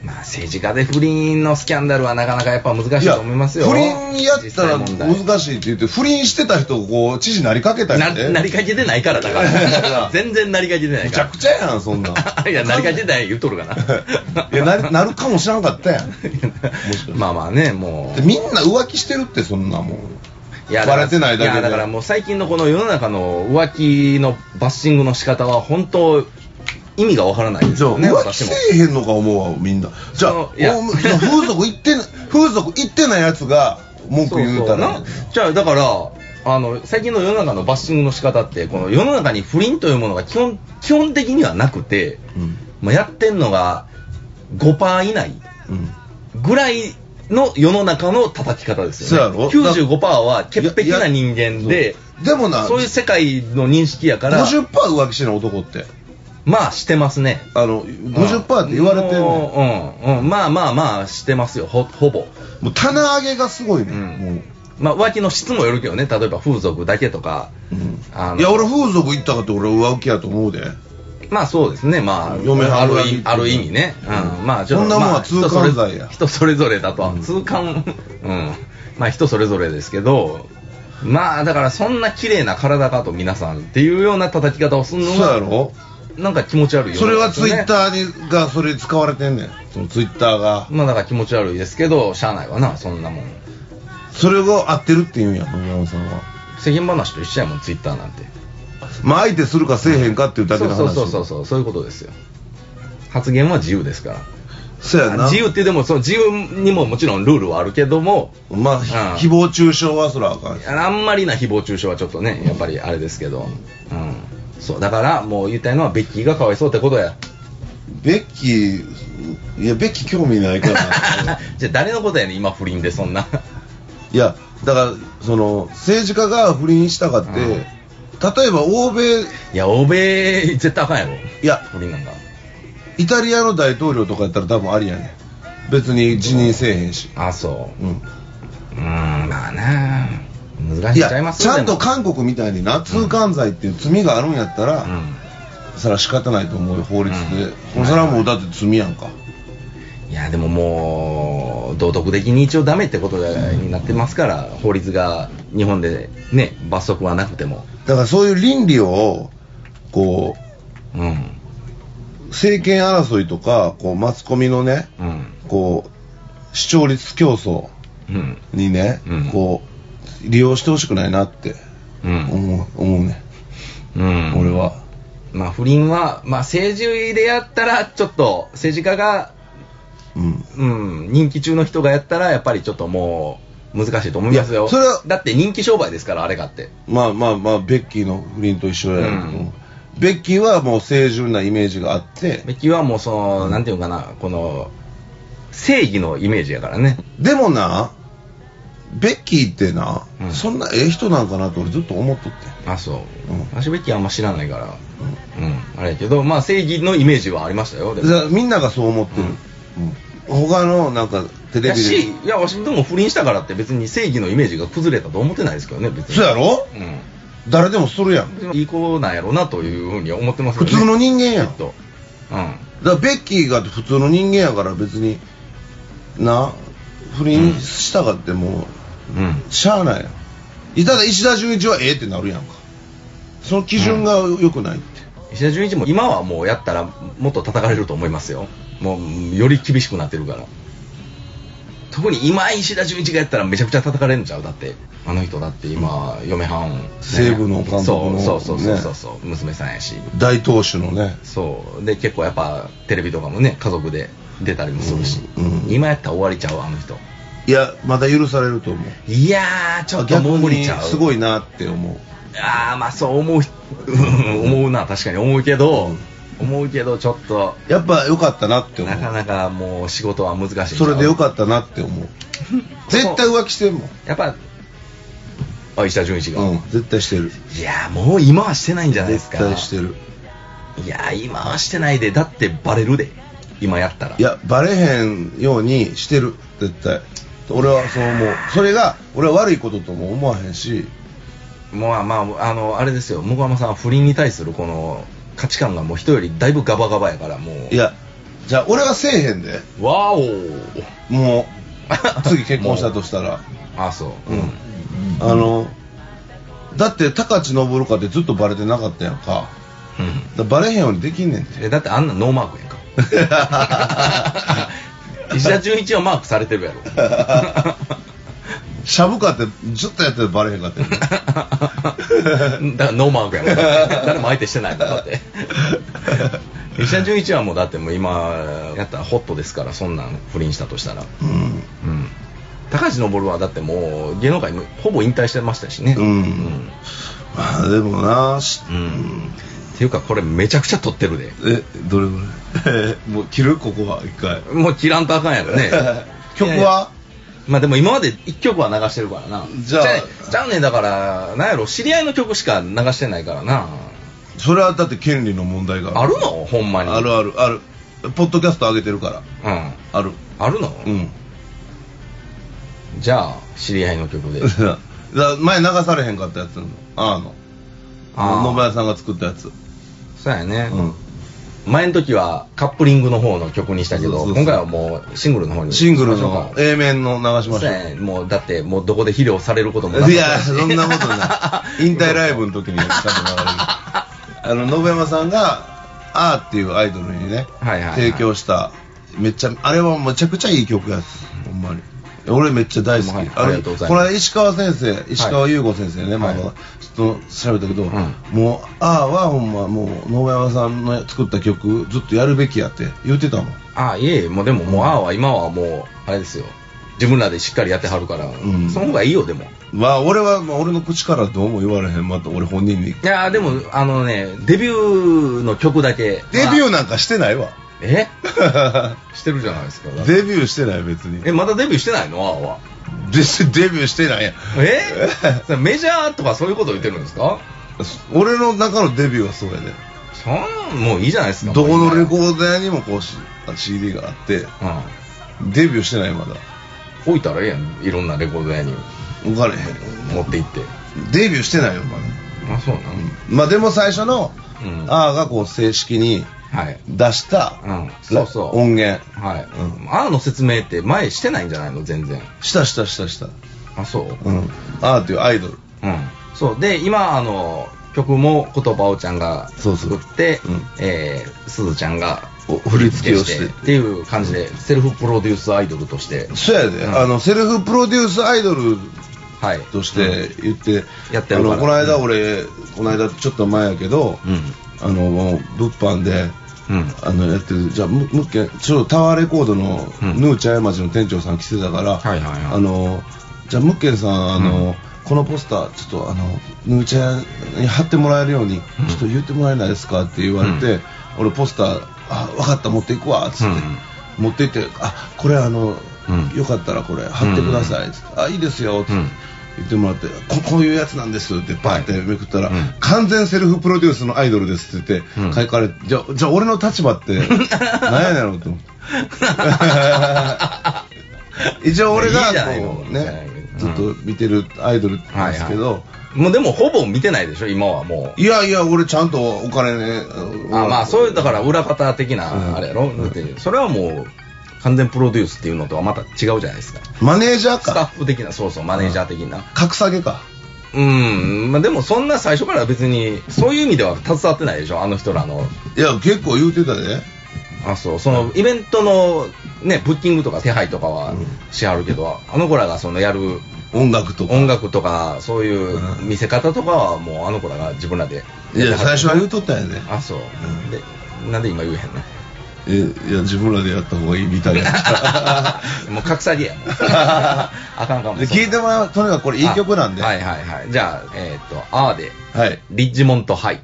Speaker 2: まあ政治家で不倫のスキャンダルはなかなかやっぱ難しいと思いますよ
Speaker 1: 不倫やったら
Speaker 2: 実際問題
Speaker 1: 難しいって言って、不倫してた人をこう、知事になりかけたり
Speaker 2: な
Speaker 1: して。
Speaker 2: なりかけてないから だか
Speaker 1: だからら
Speaker 2: 全然なりかけてない
Speaker 1: むちゃ
Speaker 2: か
Speaker 1: くちゃやん、そんなん。
Speaker 2: ら いやなりかけてない言うとるか な
Speaker 1: いやなるなるかもしらんかったやんで
Speaker 2: まあまあねもう
Speaker 1: みんな浮気してるってそんなもん
Speaker 2: いや
Speaker 1: バレてないだけで
Speaker 2: やだからもう最近のこの世の中の浮気のバッシングの仕方は本当意味がわからないですよね
Speaker 1: 浮気
Speaker 2: 私も
Speaker 1: せえへんのか思うわみんなじゃあ
Speaker 2: そ
Speaker 1: お
Speaker 2: ういや
Speaker 1: 風俗行 ってな風俗行ってないやつが文句言うたら
Speaker 2: そうそうなじゃあだからあの最近の世の中のバッシングの仕方ってこの世の中に不倫というものが基本基本的にはなくて、
Speaker 1: うん
Speaker 2: まあ、やってんのが5%以内
Speaker 1: うん。
Speaker 2: ぐらいの世の中の叩き方ですよね。
Speaker 1: そうやろ
Speaker 2: 95%は潔癖な人間で、
Speaker 1: でもな、
Speaker 2: そういう世界の認識やから、
Speaker 1: 50%浮気してる男って。
Speaker 2: まあしてますね。
Speaker 1: あの、50%って言われてんねん。も
Speaker 2: もううん、うん、まあまあまあしてますよ、ほほぼ。
Speaker 1: う棚上げがすごいね、
Speaker 2: うん
Speaker 1: もう。
Speaker 2: まあ浮気の質もよるけどね、例えば風俗だけとか、あの
Speaker 1: いや、俺風俗行ったかって俺浮気やと思うで。
Speaker 2: まあそうですね、まあ、
Speaker 1: 嫁は
Speaker 2: あ
Speaker 1: んが
Speaker 2: る意ある意味ね、
Speaker 1: う
Speaker 2: うんん、まあちょっ
Speaker 1: そ
Speaker 2: と、
Speaker 1: んなもんは
Speaker 2: まあ
Speaker 1: 通関
Speaker 2: 人それ
Speaker 1: 罪や
Speaker 2: 人それぞれだとは、
Speaker 1: うん
Speaker 2: 通関、うん、まあ人それぞれですけど、まあだからそんな綺麗な体かと皆さんっていうような叩き方をする
Speaker 1: そう
Speaker 2: の
Speaker 1: や
Speaker 2: が、
Speaker 1: ろ
Speaker 2: なんか気持ち悪いよね
Speaker 1: それはツイッターにがそれ使われてんねん。そのツイッターが。
Speaker 2: まあだから気持ち悪いですけど、しゃあないわな、そんなもん。
Speaker 1: それを合ってるって言うんや、野々山さんは。
Speaker 2: 世間話と一緒やもん、ツイッターなんて。
Speaker 1: まあ相手するかせえへんかっていうだけ
Speaker 2: そ
Speaker 1: の
Speaker 2: う
Speaker 1: 話。
Speaker 2: そうそうそうそう、そういうことですよ。発言は自由ですから。
Speaker 1: そうやな。
Speaker 2: 自由ってでもその自由にももちろんルールはあるけども
Speaker 1: まあ、ひ誹謗中傷はそらあかんし。
Speaker 2: あんまりな誹謗中傷はちょっとねやっぱりあれですけど、うん、そうだからもう言いたいのはベッキーがかわいそうってこと や
Speaker 1: ベッキー、いや、ベッキー興味ない からな
Speaker 2: じゃあ誰のことやねん今不倫でそんな
Speaker 1: いや、だから、その、政治家が不倫したかって、
Speaker 2: うん
Speaker 1: 例えば欧米、
Speaker 2: いや欧米絶対あかんやろ
Speaker 1: いや、
Speaker 2: 不倫なんか
Speaker 1: イタリアの大統領とかやったら多分ありやねん。別に辞任せえへんし。
Speaker 2: あそ
Speaker 1: うん。
Speaker 2: ううーんまあな難
Speaker 1: い
Speaker 2: しいちゃい
Speaker 1: や、
Speaker 2: ます
Speaker 1: ち
Speaker 2: よ
Speaker 1: ゃんと
Speaker 2: でも
Speaker 1: 韓国みたいにな、通関罪っていう罪があるんやったら、それは仕方ないと思うよ、法律で。
Speaker 2: うん
Speaker 1: それはもうだって罪やんか。
Speaker 2: うん、いやでももう道徳的に一応ダメってことになってますから法律が日本でね罰則はなくても
Speaker 1: だからそういう倫理を、こ
Speaker 2: うん
Speaker 1: う、政権争いとか、こう、マスコミのね、
Speaker 2: うん
Speaker 1: こう、視聴率競争
Speaker 2: うん
Speaker 1: にね、
Speaker 2: うん
Speaker 1: こう、利用してほしくないなって
Speaker 2: うん、
Speaker 1: 思う、思うね、
Speaker 2: うん、
Speaker 1: 俺は。
Speaker 2: まあ不倫は、まあ政治でやったら、ちょっと、政治家が、
Speaker 1: うん。
Speaker 2: うん、人気中の人がやったら、やっぱりちょっともう、難しいと思います
Speaker 1: い
Speaker 2: よ。
Speaker 1: やそれは
Speaker 2: だって人気商売ですから、あれがって。
Speaker 1: まあまあまあ、ベッキーの不倫と一緒やけど、
Speaker 2: うん
Speaker 1: ベッキーはもう清純なイメージがあって、
Speaker 2: ベッキーはもうその、なんていうのかな、この、正義のイメージやからね。
Speaker 1: でもな、ベッキーってな、
Speaker 2: うん
Speaker 1: そんなええ人なんかなって俺ずっと思っとって。
Speaker 2: あ、そう。
Speaker 1: うん
Speaker 2: 私ベッキーあんま知らないから、うん、あれやけど、まあ正義のイメージはありましたよ、でも
Speaker 1: じゃあみんながそう思ってる、うん他のなんかテレ
Speaker 2: や
Speaker 1: ビで
Speaker 2: し、いや、私でも不倫したからって別に正義のイメージが崩れたと思ってないですけどね、別に。
Speaker 1: そうやろ
Speaker 2: うん。
Speaker 1: 誰でもするやん
Speaker 2: いい子なんやろうなというふうに思ってます
Speaker 1: 普通の人
Speaker 2: 人
Speaker 1: 間や
Speaker 2: 間
Speaker 1: んだか
Speaker 2: と。うん。
Speaker 1: らベッキーが普通の人間やから別にな不倫したかっても
Speaker 2: うん。
Speaker 1: うしゃあないやんただ石田純一はええってなるやんかその基準が良くないって、
Speaker 2: 石田純一も今はもうやったらもっと叩かれると思いますよ。もううんより厳しくなってるから。特に今石田純一がやったらめちゃくちゃ叩かれるんちゃうだって。あの人だって今、嫁はん、ね
Speaker 1: 西武の監督の
Speaker 2: そうそうそう
Speaker 1: ね
Speaker 2: そうそう、娘さんやし。
Speaker 1: 大投手のね
Speaker 2: そう。で、結構やっぱテレビとかもね、家族で出たりもするし。
Speaker 1: うんうん
Speaker 2: 今やったら終わりちゃう、あの人。
Speaker 1: いやまだ許されると思う
Speaker 2: いやー、ちょっと
Speaker 1: 逆
Speaker 2: もう無理
Speaker 1: に
Speaker 2: ちゃう。
Speaker 1: すごいなって思う
Speaker 2: ああまあそう思う人思うな確かに思うけど、思うけどちょっと
Speaker 1: やっぱ良かったなって思う
Speaker 2: なかなかもう仕事は難しい
Speaker 1: それでよ
Speaker 2: っ
Speaker 1: かったなって思う絶対浮気してんもん、
Speaker 2: やっぱあ石田純一が、
Speaker 1: うん、絶対してる
Speaker 2: いやーもう今はしてないんじゃないです
Speaker 1: 絶
Speaker 2: か
Speaker 1: 対してる
Speaker 2: いやー今はしてないでだってバレるで今やったら
Speaker 1: いやバレへんようにしてる絶対俺はそう思うそれが俺は悪いこととも思わへんし
Speaker 2: もうまあまああのあれですよ向山さんは不倫に対するこの価値観がもう人よりだいぶガバガバやからもう
Speaker 1: い
Speaker 2: い
Speaker 1: やじゃあ俺がせえへんで
Speaker 2: わお
Speaker 1: もう 次結婚したとしたら
Speaker 2: あそう
Speaker 1: うんあのだって高知登るかってずっとバレてなかったやんか
Speaker 2: うん
Speaker 1: だからバレへんようにできんねんて
Speaker 2: えだってあんなノーマークやんか 石田純一はマークされてるやろ
Speaker 1: しゃぶかってずっとやっててバレへんかったやん
Speaker 2: だからノーマークやもんだって誰も相手してないもんだって石田純一はもうだってもう今やったらホットですからそんなん不倫したとしたら
Speaker 1: うん
Speaker 2: うん高橋昇はだってもう芸能界もほぼ引退してましたしね
Speaker 1: うんまあでもな、し
Speaker 2: うんていうかこれめちゃくちゃ撮ってるで
Speaker 1: えどれぐらい もう切るここは一回
Speaker 2: もう切らんとあかん やろね
Speaker 1: 曲
Speaker 2: いやいや
Speaker 1: は
Speaker 2: まあでも今まで1曲は流してるからな
Speaker 1: じゃあ
Speaker 2: ねじゃあねだからなんやろ知り合いの曲しか流してないからな
Speaker 1: それはだって権利の問題が
Speaker 2: あるのほんまに
Speaker 1: あるあるあるポッドキャスト上げてるから
Speaker 2: うん
Speaker 1: ある
Speaker 2: あるの
Speaker 1: うん
Speaker 2: じゃあ知り合いの曲で
Speaker 1: だから前流されへんかったやつのあーの
Speaker 2: あー
Speaker 1: 野村さんが作ったやつ
Speaker 2: そうやね、
Speaker 1: う
Speaker 2: 前の時はカップリングの方の曲にしたけど
Speaker 1: そうそうそう
Speaker 2: 今回はもうシングルの方
Speaker 1: ん
Speaker 2: に
Speaker 1: シングル
Speaker 2: しましょ
Speaker 1: の
Speaker 2: うか
Speaker 1: A 面の流しまし
Speaker 2: そう
Speaker 1: ょ
Speaker 2: やねもうだってもうどこで肥料されることもなかっ
Speaker 1: うい
Speaker 2: た
Speaker 1: やそんなこと ない引退ライブの時にやったのがあるあの信山さんがあーっていうアイドルにね
Speaker 2: はいはいはい
Speaker 1: 提供しためっちゃあれはめちゃくちゃいい曲やつほんまに俺めっちゃ大好き、
Speaker 2: はい
Speaker 1: あ
Speaker 2: あ
Speaker 1: れ
Speaker 2: りがとうございます
Speaker 1: この間石川先生石川優子先生ね、まあ
Speaker 2: はい
Speaker 1: まあちょっと調べたけど、
Speaker 2: うん
Speaker 1: もうあーはほんまもう信山さんの作った曲ずっとやるべきやって言ってたもん
Speaker 2: ああいえいえもうでももうああは今はもうあれですよ自分らでしっかりやってはるから、
Speaker 1: ん
Speaker 2: その方がいいよでも
Speaker 1: まあ俺は、まあ、俺の口からどうも言われへんまた俺本人に
Speaker 2: いやーでもあのねデビューの曲だけ
Speaker 1: デビュー
Speaker 2: ー
Speaker 1: なんかしてないわ
Speaker 2: えしてるじゃないですか
Speaker 1: デビューしてない別に
Speaker 2: えまだデビューしてないのああは
Speaker 1: デデビューしてないやん
Speaker 2: えそれメジャーとかそういうこと言ってるんですか
Speaker 1: 俺の中のデビューはそうやで
Speaker 2: そんなんもういいじゃないですか
Speaker 1: どこのレ
Speaker 2: ー
Speaker 1: コード屋にもこうし CD があって
Speaker 2: う
Speaker 1: デビューしてないまだ
Speaker 2: ん置いたらええやんいろんなレコード屋に
Speaker 1: 分かれへん
Speaker 2: 持って行って
Speaker 1: デビューしてないよまだ
Speaker 2: あそうなの
Speaker 1: まあでも最初の
Speaker 2: うん、
Speaker 1: 「あ」がこう正式に
Speaker 2: はい
Speaker 1: 出した
Speaker 2: うんそうそう
Speaker 1: 音源
Speaker 2: はい、
Speaker 1: う
Speaker 2: ああの説明って前してないんじゃないの全然
Speaker 1: したしたしたした
Speaker 2: あそう
Speaker 1: うん「あ」っていうアイドル
Speaker 2: うん、そうで今あの曲も言葉をちゃんが
Speaker 1: そうそう
Speaker 2: 作って
Speaker 1: うん
Speaker 2: えーすず、ちゃんが
Speaker 1: お振り付けをして
Speaker 2: っていう感じでセルフプロデュースアイドルとして
Speaker 1: そうやで、
Speaker 2: うん
Speaker 1: あのセルフプロデュースアイドル
Speaker 2: はい
Speaker 1: として言って、
Speaker 2: やってるから
Speaker 1: あのこの間俺、この間ちょっと前やけど、
Speaker 2: う
Speaker 1: あの物販で
Speaker 2: んうん
Speaker 1: あのやってるじゃあむむっけちょうどタワーレコードの
Speaker 2: うん
Speaker 1: ヌーチャヤ町の店長さん来てたから、
Speaker 2: はいはいはい
Speaker 1: あのじゃあムッケンさんあの、このポスターちょっとあのヌーチャヤに貼ってもらえるように、
Speaker 2: うん
Speaker 1: ちょっと言ってもらえないですかって言われて、俺ポスターあ分かった持っていくわっつって、持って行ってあこれあの、
Speaker 2: うん
Speaker 1: よかったらこれ貼ってくださいっつって、あいいですよっつって。
Speaker 2: うん
Speaker 1: 言ってもらってここういうやつなんですってバーってめくったら、
Speaker 2: はいうん
Speaker 1: 完全セルフプロデュースのアイドルですって言って、
Speaker 2: うん
Speaker 1: 書かれてじゃあじゃあ俺の立場って 何やねんやろうって思って一応俺が
Speaker 2: いいじゃないの
Speaker 1: こう
Speaker 2: いいじゃない
Speaker 1: ね
Speaker 2: の
Speaker 1: ずっと見てるアイドルなんですけど、い
Speaker 2: もうでもほぼ見てないでしょ今はもう
Speaker 1: やいや俺ちゃんとお金ね
Speaker 2: あまあそういうだから裏方的
Speaker 1: う
Speaker 2: なんあれやろ、だってそれはもう完全プロデュースっていうのとはまた違うじゃないですか
Speaker 1: マネージャー
Speaker 2: スタッ
Speaker 1: か
Speaker 2: フ的なそうそうマネージャー的な、
Speaker 1: 格下げか
Speaker 2: うん、まあ、でもそんな最初から別にそういう意味では携わってないでしょあの人らの
Speaker 1: いや結構言うてたで
Speaker 2: あそうそのイベントのねブッキングとか手配とかは
Speaker 1: うん
Speaker 2: しはるけど、あの子らがそのやる
Speaker 1: 音楽とか
Speaker 2: 音楽とかそういう
Speaker 1: う
Speaker 2: 見せ方とかはもうあの子らが自分らで
Speaker 1: いや最初は言う
Speaker 2: と
Speaker 1: とったんやで
Speaker 2: あそう、
Speaker 1: ん
Speaker 2: でなんで今言えへんの
Speaker 1: えいや自分らでやった方がいいみたいな
Speaker 2: もう格下 げやもうあかんかも
Speaker 1: で聞いてもらうとにかくこれいい曲なんで
Speaker 2: あは
Speaker 1: はいい、
Speaker 2: はいはいじゃあえーっと「あ」で
Speaker 1: はい、
Speaker 2: 「リッジモントハイ」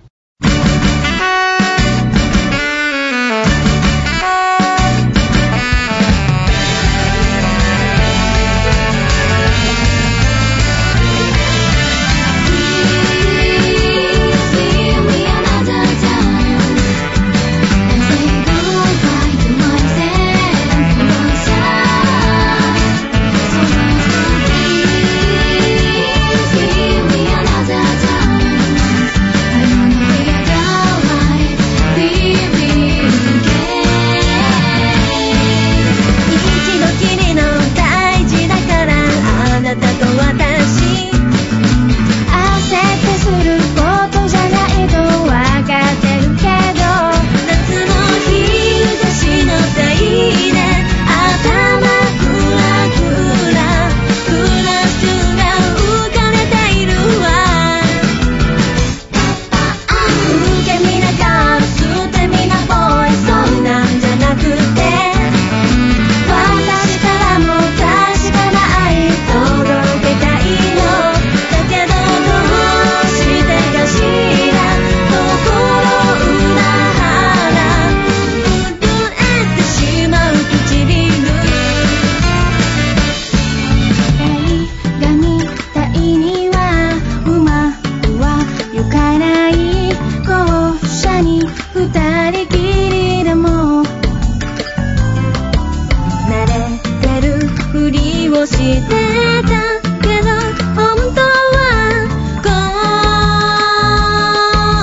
Speaker 3: Another time. 行かない校舎に二人きりでも慣れてるふりをしてたけど本当はこ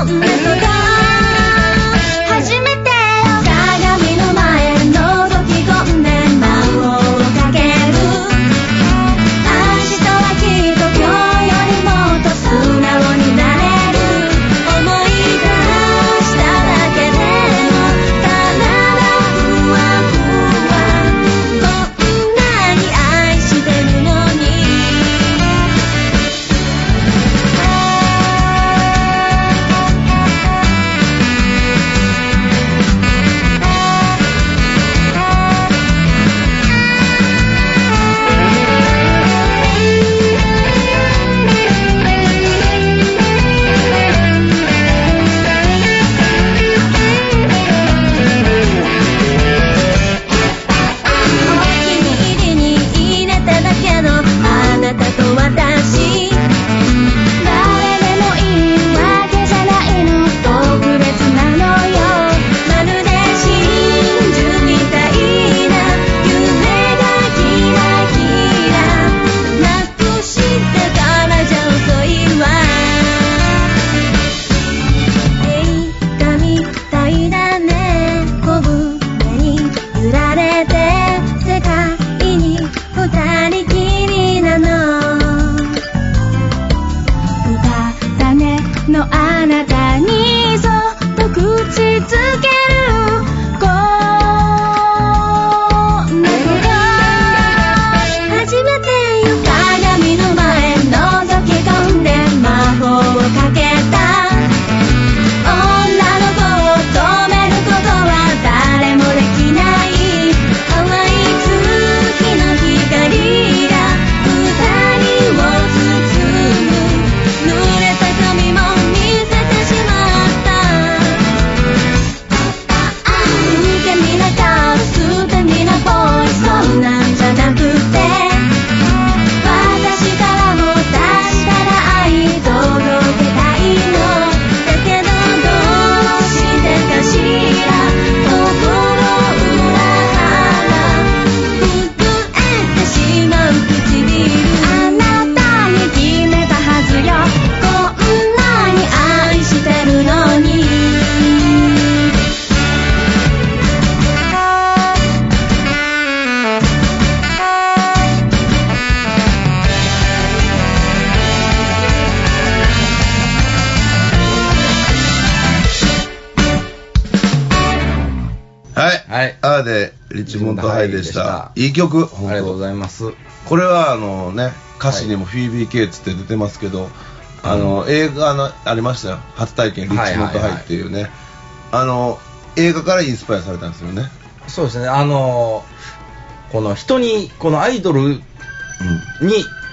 Speaker 3: んなのが初めて鏡の前覗き込んで魔をかける明日はきっと今日よりもっと素直になれる思い出しただけでも体はふわふわこんなに愛してるのにお気に入りに入れただけのあなたと私誰でもいいわけじゃないの特別なのよまるで真珠みたいな夢がキラキラなくしてからじゃ遅いわ映画みたいだね小舟に揺られて世界に二人きりなの歌だねのあなたにそっと口づけるこんなこと初めてよ鏡の前覗き込んで魔法をかけた女の子を止めることは誰もできない淡い月の光が二人を包む濡れた髪も見せてしまった受け身な顔素敵なボーイそうなんじゃなくて私からも出したら愛届けたいのだけどどうしてかしら心裏腹震えてしまう唇あなたに決めたはずよこんなに愛してるのに
Speaker 1: はい。
Speaker 2: はい
Speaker 1: あーで、リッチモンドハイでした。いい曲、
Speaker 2: ありがとうござ
Speaker 1: ま
Speaker 2: います。
Speaker 1: す。これは、あのね、歌詞にも FBK つって出てますけど、あの、映画の、ありましたよ。初体験、リッチモンドハイっていうね。あの、映画からインスパイアされたんですよね。
Speaker 2: そうですね、あのーこの人に、このアイドルに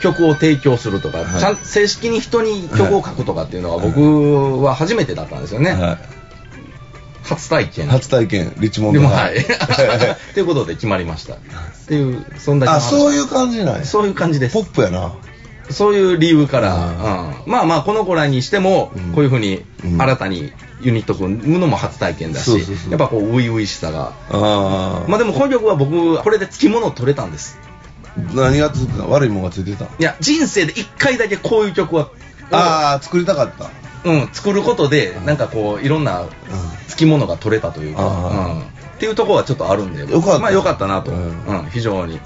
Speaker 2: 曲を提供するとか、
Speaker 1: はい
Speaker 2: ちゃん正式に人に曲を書くとかっていうのが
Speaker 1: はい
Speaker 2: 僕は初めてだったんですよね、
Speaker 1: は
Speaker 2: 初体
Speaker 1: い。
Speaker 2: 験。
Speaker 1: 初体験、リッチモン
Speaker 2: で
Speaker 1: ド
Speaker 2: も
Speaker 1: ハ
Speaker 2: は
Speaker 1: イ
Speaker 2: い。。ということで決まりまし た。っていう、そんだけの
Speaker 1: あ、
Speaker 2: 話
Speaker 1: そういう感じなんや。
Speaker 2: そういう感じです
Speaker 1: ポ。ップやな。
Speaker 2: そういう理由から、うんまあまあ、この子らにしても
Speaker 1: うん、
Speaker 2: こういうふうに
Speaker 1: うん
Speaker 2: 新たにユニット組むのも初体験だし
Speaker 1: そうそうそ、う
Speaker 2: やっぱこう、初々しさが。
Speaker 1: ああ。
Speaker 2: まあでも、この曲は僕、これで付き物を取れたんです。
Speaker 1: 何がついてた悪いもんがついてた。
Speaker 2: いや、人生で一回だけこういう曲は、
Speaker 1: ああ、作りたかった。
Speaker 2: うん、作ることで、なんかこう、いろんな付き物が取れたというか、
Speaker 1: あ
Speaker 2: うんっていうところはちょっとあるんで、
Speaker 1: よかった
Speaker 2: まあよかったなと、
Speaker 1: う
Speaker 2: うんん、非常に。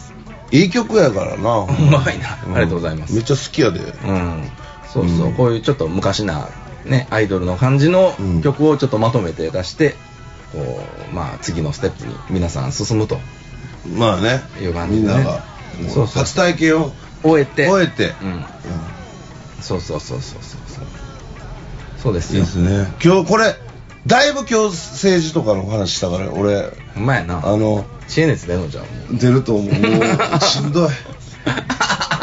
Speaker 1: いい曲やからな。う
Speaker 2: うまいな ありがとうございます
Speaker 1: めっちゃ好きやで。
Speaker 2: うん、そうそう、
Speaker 1: うん
Speaker 2: こういうちょっと昔な、ね、アイドルの感じの
Speaker 1: うん
Speaker 2: 曲をちょっとまとめて出して、こうまあ、次のステップに皆さん進むと
Speaker 1: まあね
Speaker 2: いう、感
Speaker 1: み
Speaker 2: じ
Speaker 1: ん
Speaker 2: でね
Speaker 1: ながもう
Speaker 2: そうそう
Speaker 1: 初体験を
Speaker 2: 終えて
Speaker 1: 終えて、
Speaker 2: うん、そうそうそうそうそうそうそうで
Speaker 1: うん
Speaker 2: す
Speaker 1: いい
Speaker 2: よ
Speaker 1: ですね。今日これ、だいぶ今日政治とかのお話したから、俺、
Speaker 2: ほんまやな
Speaker 1: あの、
Speaker 2: 知恵熱出るのじゃんも
Speaker 1: 出ると思う。 もうしんどい。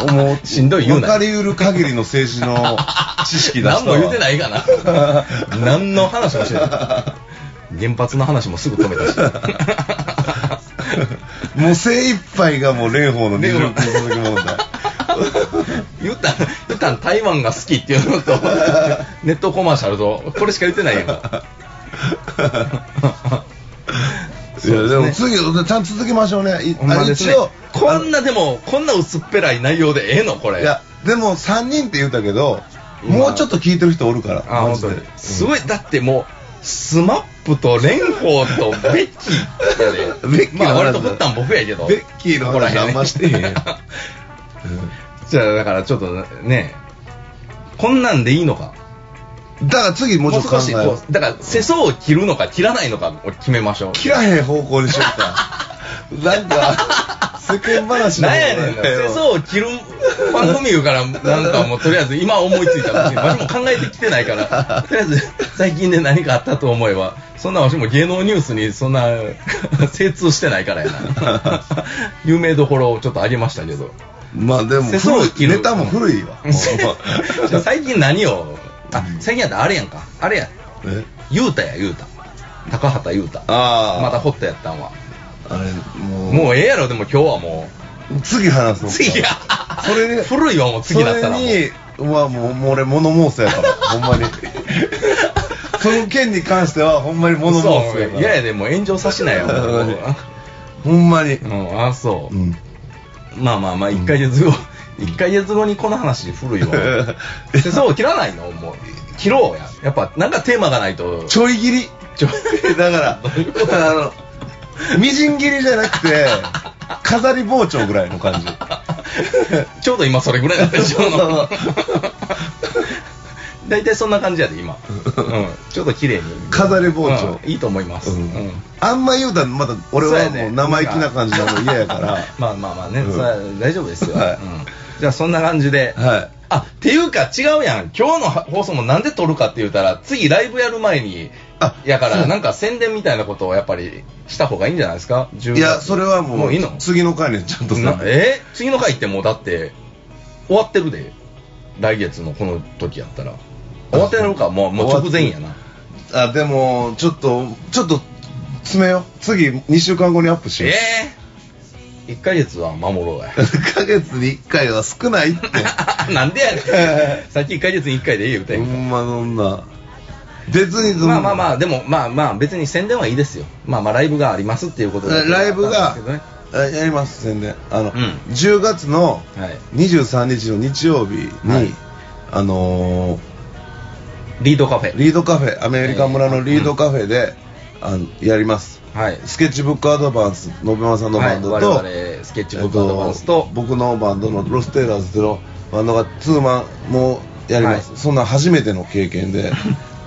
Speaker 2: う
Speaker 1: もう
Speaker 2: しんどい言うな
Speaker 1: 分かりうる限りの政治の知識だした
Speaker 2: 何も
Speaker 1: わ。
Speaker 2: 言うてないかな 何の話もしてない原発の話もすぐ止めたし
Speaker 1: もう精一杯がもう蓮舫の二十分の時問題。
Speaker 2: 言った言週間台湾が好きっていうの と、ネットコマーシャルと、これしか言ってないやんか。
Speaker 1: いや、で
Speaker 2: そう
Speaker 1: も
Speaker 2: ですね
Speaker 1: 次、ちゃんと続きましょうね。い
Speaker 2: ほんまですね
Speaker 1: あの一応。
Speaker 2: こんなでも、こんな薄っぺらい内容でええのこれ。
Speaker 1: いや、でも3人って言ったけど、
Speaker 2: うん
Speaker 1: もうちょっと聞いてる人おるから。
Speaker 2: あ、
Speaker 1: マ
Speaker 2: 本
Speaker 1: ジで
Speaker 2: 当に。すごい、だってもう、スマップと蓮舫とベッキーやで。
Speaker 1: ベッキーの話
Speaker 2: まあ、割と振ったん僕やけど。
Speaker 1: ベッキーの話
Speaker 2: ここら辺ね
Speaker 1: あんましてへんやん
Speaker 2: じゃあ、だからちょっとね、こんなんでいいのか。
Speaker 1: うんだから次もうちょっと考
Speaker 2: 難しい
Speaker 1: えよ
Speaker 2: こ
Speaker 1: う。
Speaker 2: うだから世相を切るのか切らないのかを決めましょう
Speaker 1: 切らへん方向にしようか。なんか、世間話の
Speaker 2: な
Speaker 1: 方
Speaker 2: ん
Speaker 1: が
Speaker 2: やねんな世相を切る番組言うからなんかもうとりあえず今思いついた わけわしも考えてきてないからとりあえず最近で何かあったと思えばそんなわしも芸能ニュースにそんな 精通してないからや な有名どころをちょっとあげましたけど
Speaker 1: まあでも
Speaker 2: 世相を
Speaker 1: 古
Speaker 2: 切
Speaker 1: い、
Speaker 2: る
Speaker 1: ネタも古いわ。
Speaker 2: じゃあ最近何をあ最近やったらあれやんかあれや
Speaker 1: え
Speaker 2: 雄太や雄太高畑雄太
Speaker 1: ああ。
Speaker 2: またホットやったんは
Speaker 1: あれ、もう。
Speaker 2: もうええやろでも今日はもう
Speaker 1: 次話そう。
Speaker 2: 次や
Speaker 1: それで
Speaker 2: 古いわもう次だったらもう
Speaker 1: それに、まあもう、もう俺物申すやから、ほん まに。その件に関しては、ほんまに物申すや
Speaker 2: そう
Speaker 1: から。
Speaker 2: いやいやでもう炎上さしない よもう
Speaker 1: ほんまに。
Speaker 2: うんあそう
Speaker 1: う、ん。
Speaker 2: まあまあまあ1ヶ月後、一1ヶ月後にこの話古い わ世相を切らないのもう切ろうややっぱなんかテーマがないと
Speaker 1: ちょい切り。
Speaker 2: ちょ
Speaker 1: だから、 あの、みじん切りじゃなくて、飾り包丁ぐらいの感じ。
Speaker 2: ちょうど今それぐらいだったでしょ
Speaker 1: そうそう
Speaker 2: 大体そんな感じやで今、うん、ちょっと綺麗に
Speaker 1: 飾り包丁
Speaker 2: うんいいと思います、
Speaker 1: うん
Speaker 2: うん
Speaker 1: あんま言うたら、まだ俺はもう生意気な感じのもう嫌やから。
Speaker 2: まあまあまあね、
Speaker 1: うん
Speaker 2: それは大丈夫ですよ、
Speaker 1: はい
Speaker 2: うんじゃあそんな感じで、
Speaker 1: はい。
Speaker 2: あっていうか違うやん今日の放送もなんで撮るかって言ったら次ライブやる前に
Speaker 1: あ
Speaker 2: やか
Speaker 1: そ
Speaker 2: ら
Speaker 1: う
Speaker 2: なんか宣伝みたいなことをやっぱりした方がいいんじゃないですか10月
Speaker 1: いや、それはもう、
Speaker 2: もういいの
Speaker 1: 次の回にちゃんとさ
Speaker 2: な。えー次の回ってもうだって終わってるで来月のこの時やったら終わってるかもうもう直前やな
Speaker 1: あ、でも、ちょっと、ちょっと、詰めよう。次、2週間後にアップしよう。
Speaker 2: ええ1ヶ月は守ろうや
Speaker 1: 1ヶ月に1回は少ないって。
Speaker 2: なんでや ねんさっき1ヶ月に1回 でいいよ歌
Speaker 1: ほ
Speaker 2: い
Speaker 1: んまそんな。別にそんな
Speaker 2: まあまあまあ、でもまあまあ別に宣伝はいいですよ。まあまあライブがありますっていうことで。
Speaker 1: ライブが
Speaker 2: あったんです、
Speaker 1: あやります、宣伝。あの、
Speaker 2: ん
Speaker 1: 10月の
Speaker 2: けどねはい。
Speaker 1: 23日の日曜日に、
Speaker 2: はい
Speaker 1: あのー
Speaker 2: リードカフェ。
Speaker 1: リードカフェ、アメリカ村のリードカフェで、あのやります。
Speaker 2: はい。
Speaker 1: スケッチブックアドバンス、信山さんのバンドと、
Speaker 2: はい我々スケッチブックアドバンスと
Speaker 1: えっ僕のバンドのロステイラーズのバンドがツーマンもやります、
Speaker 2: は
Speaker 1: そんな初めての経験 で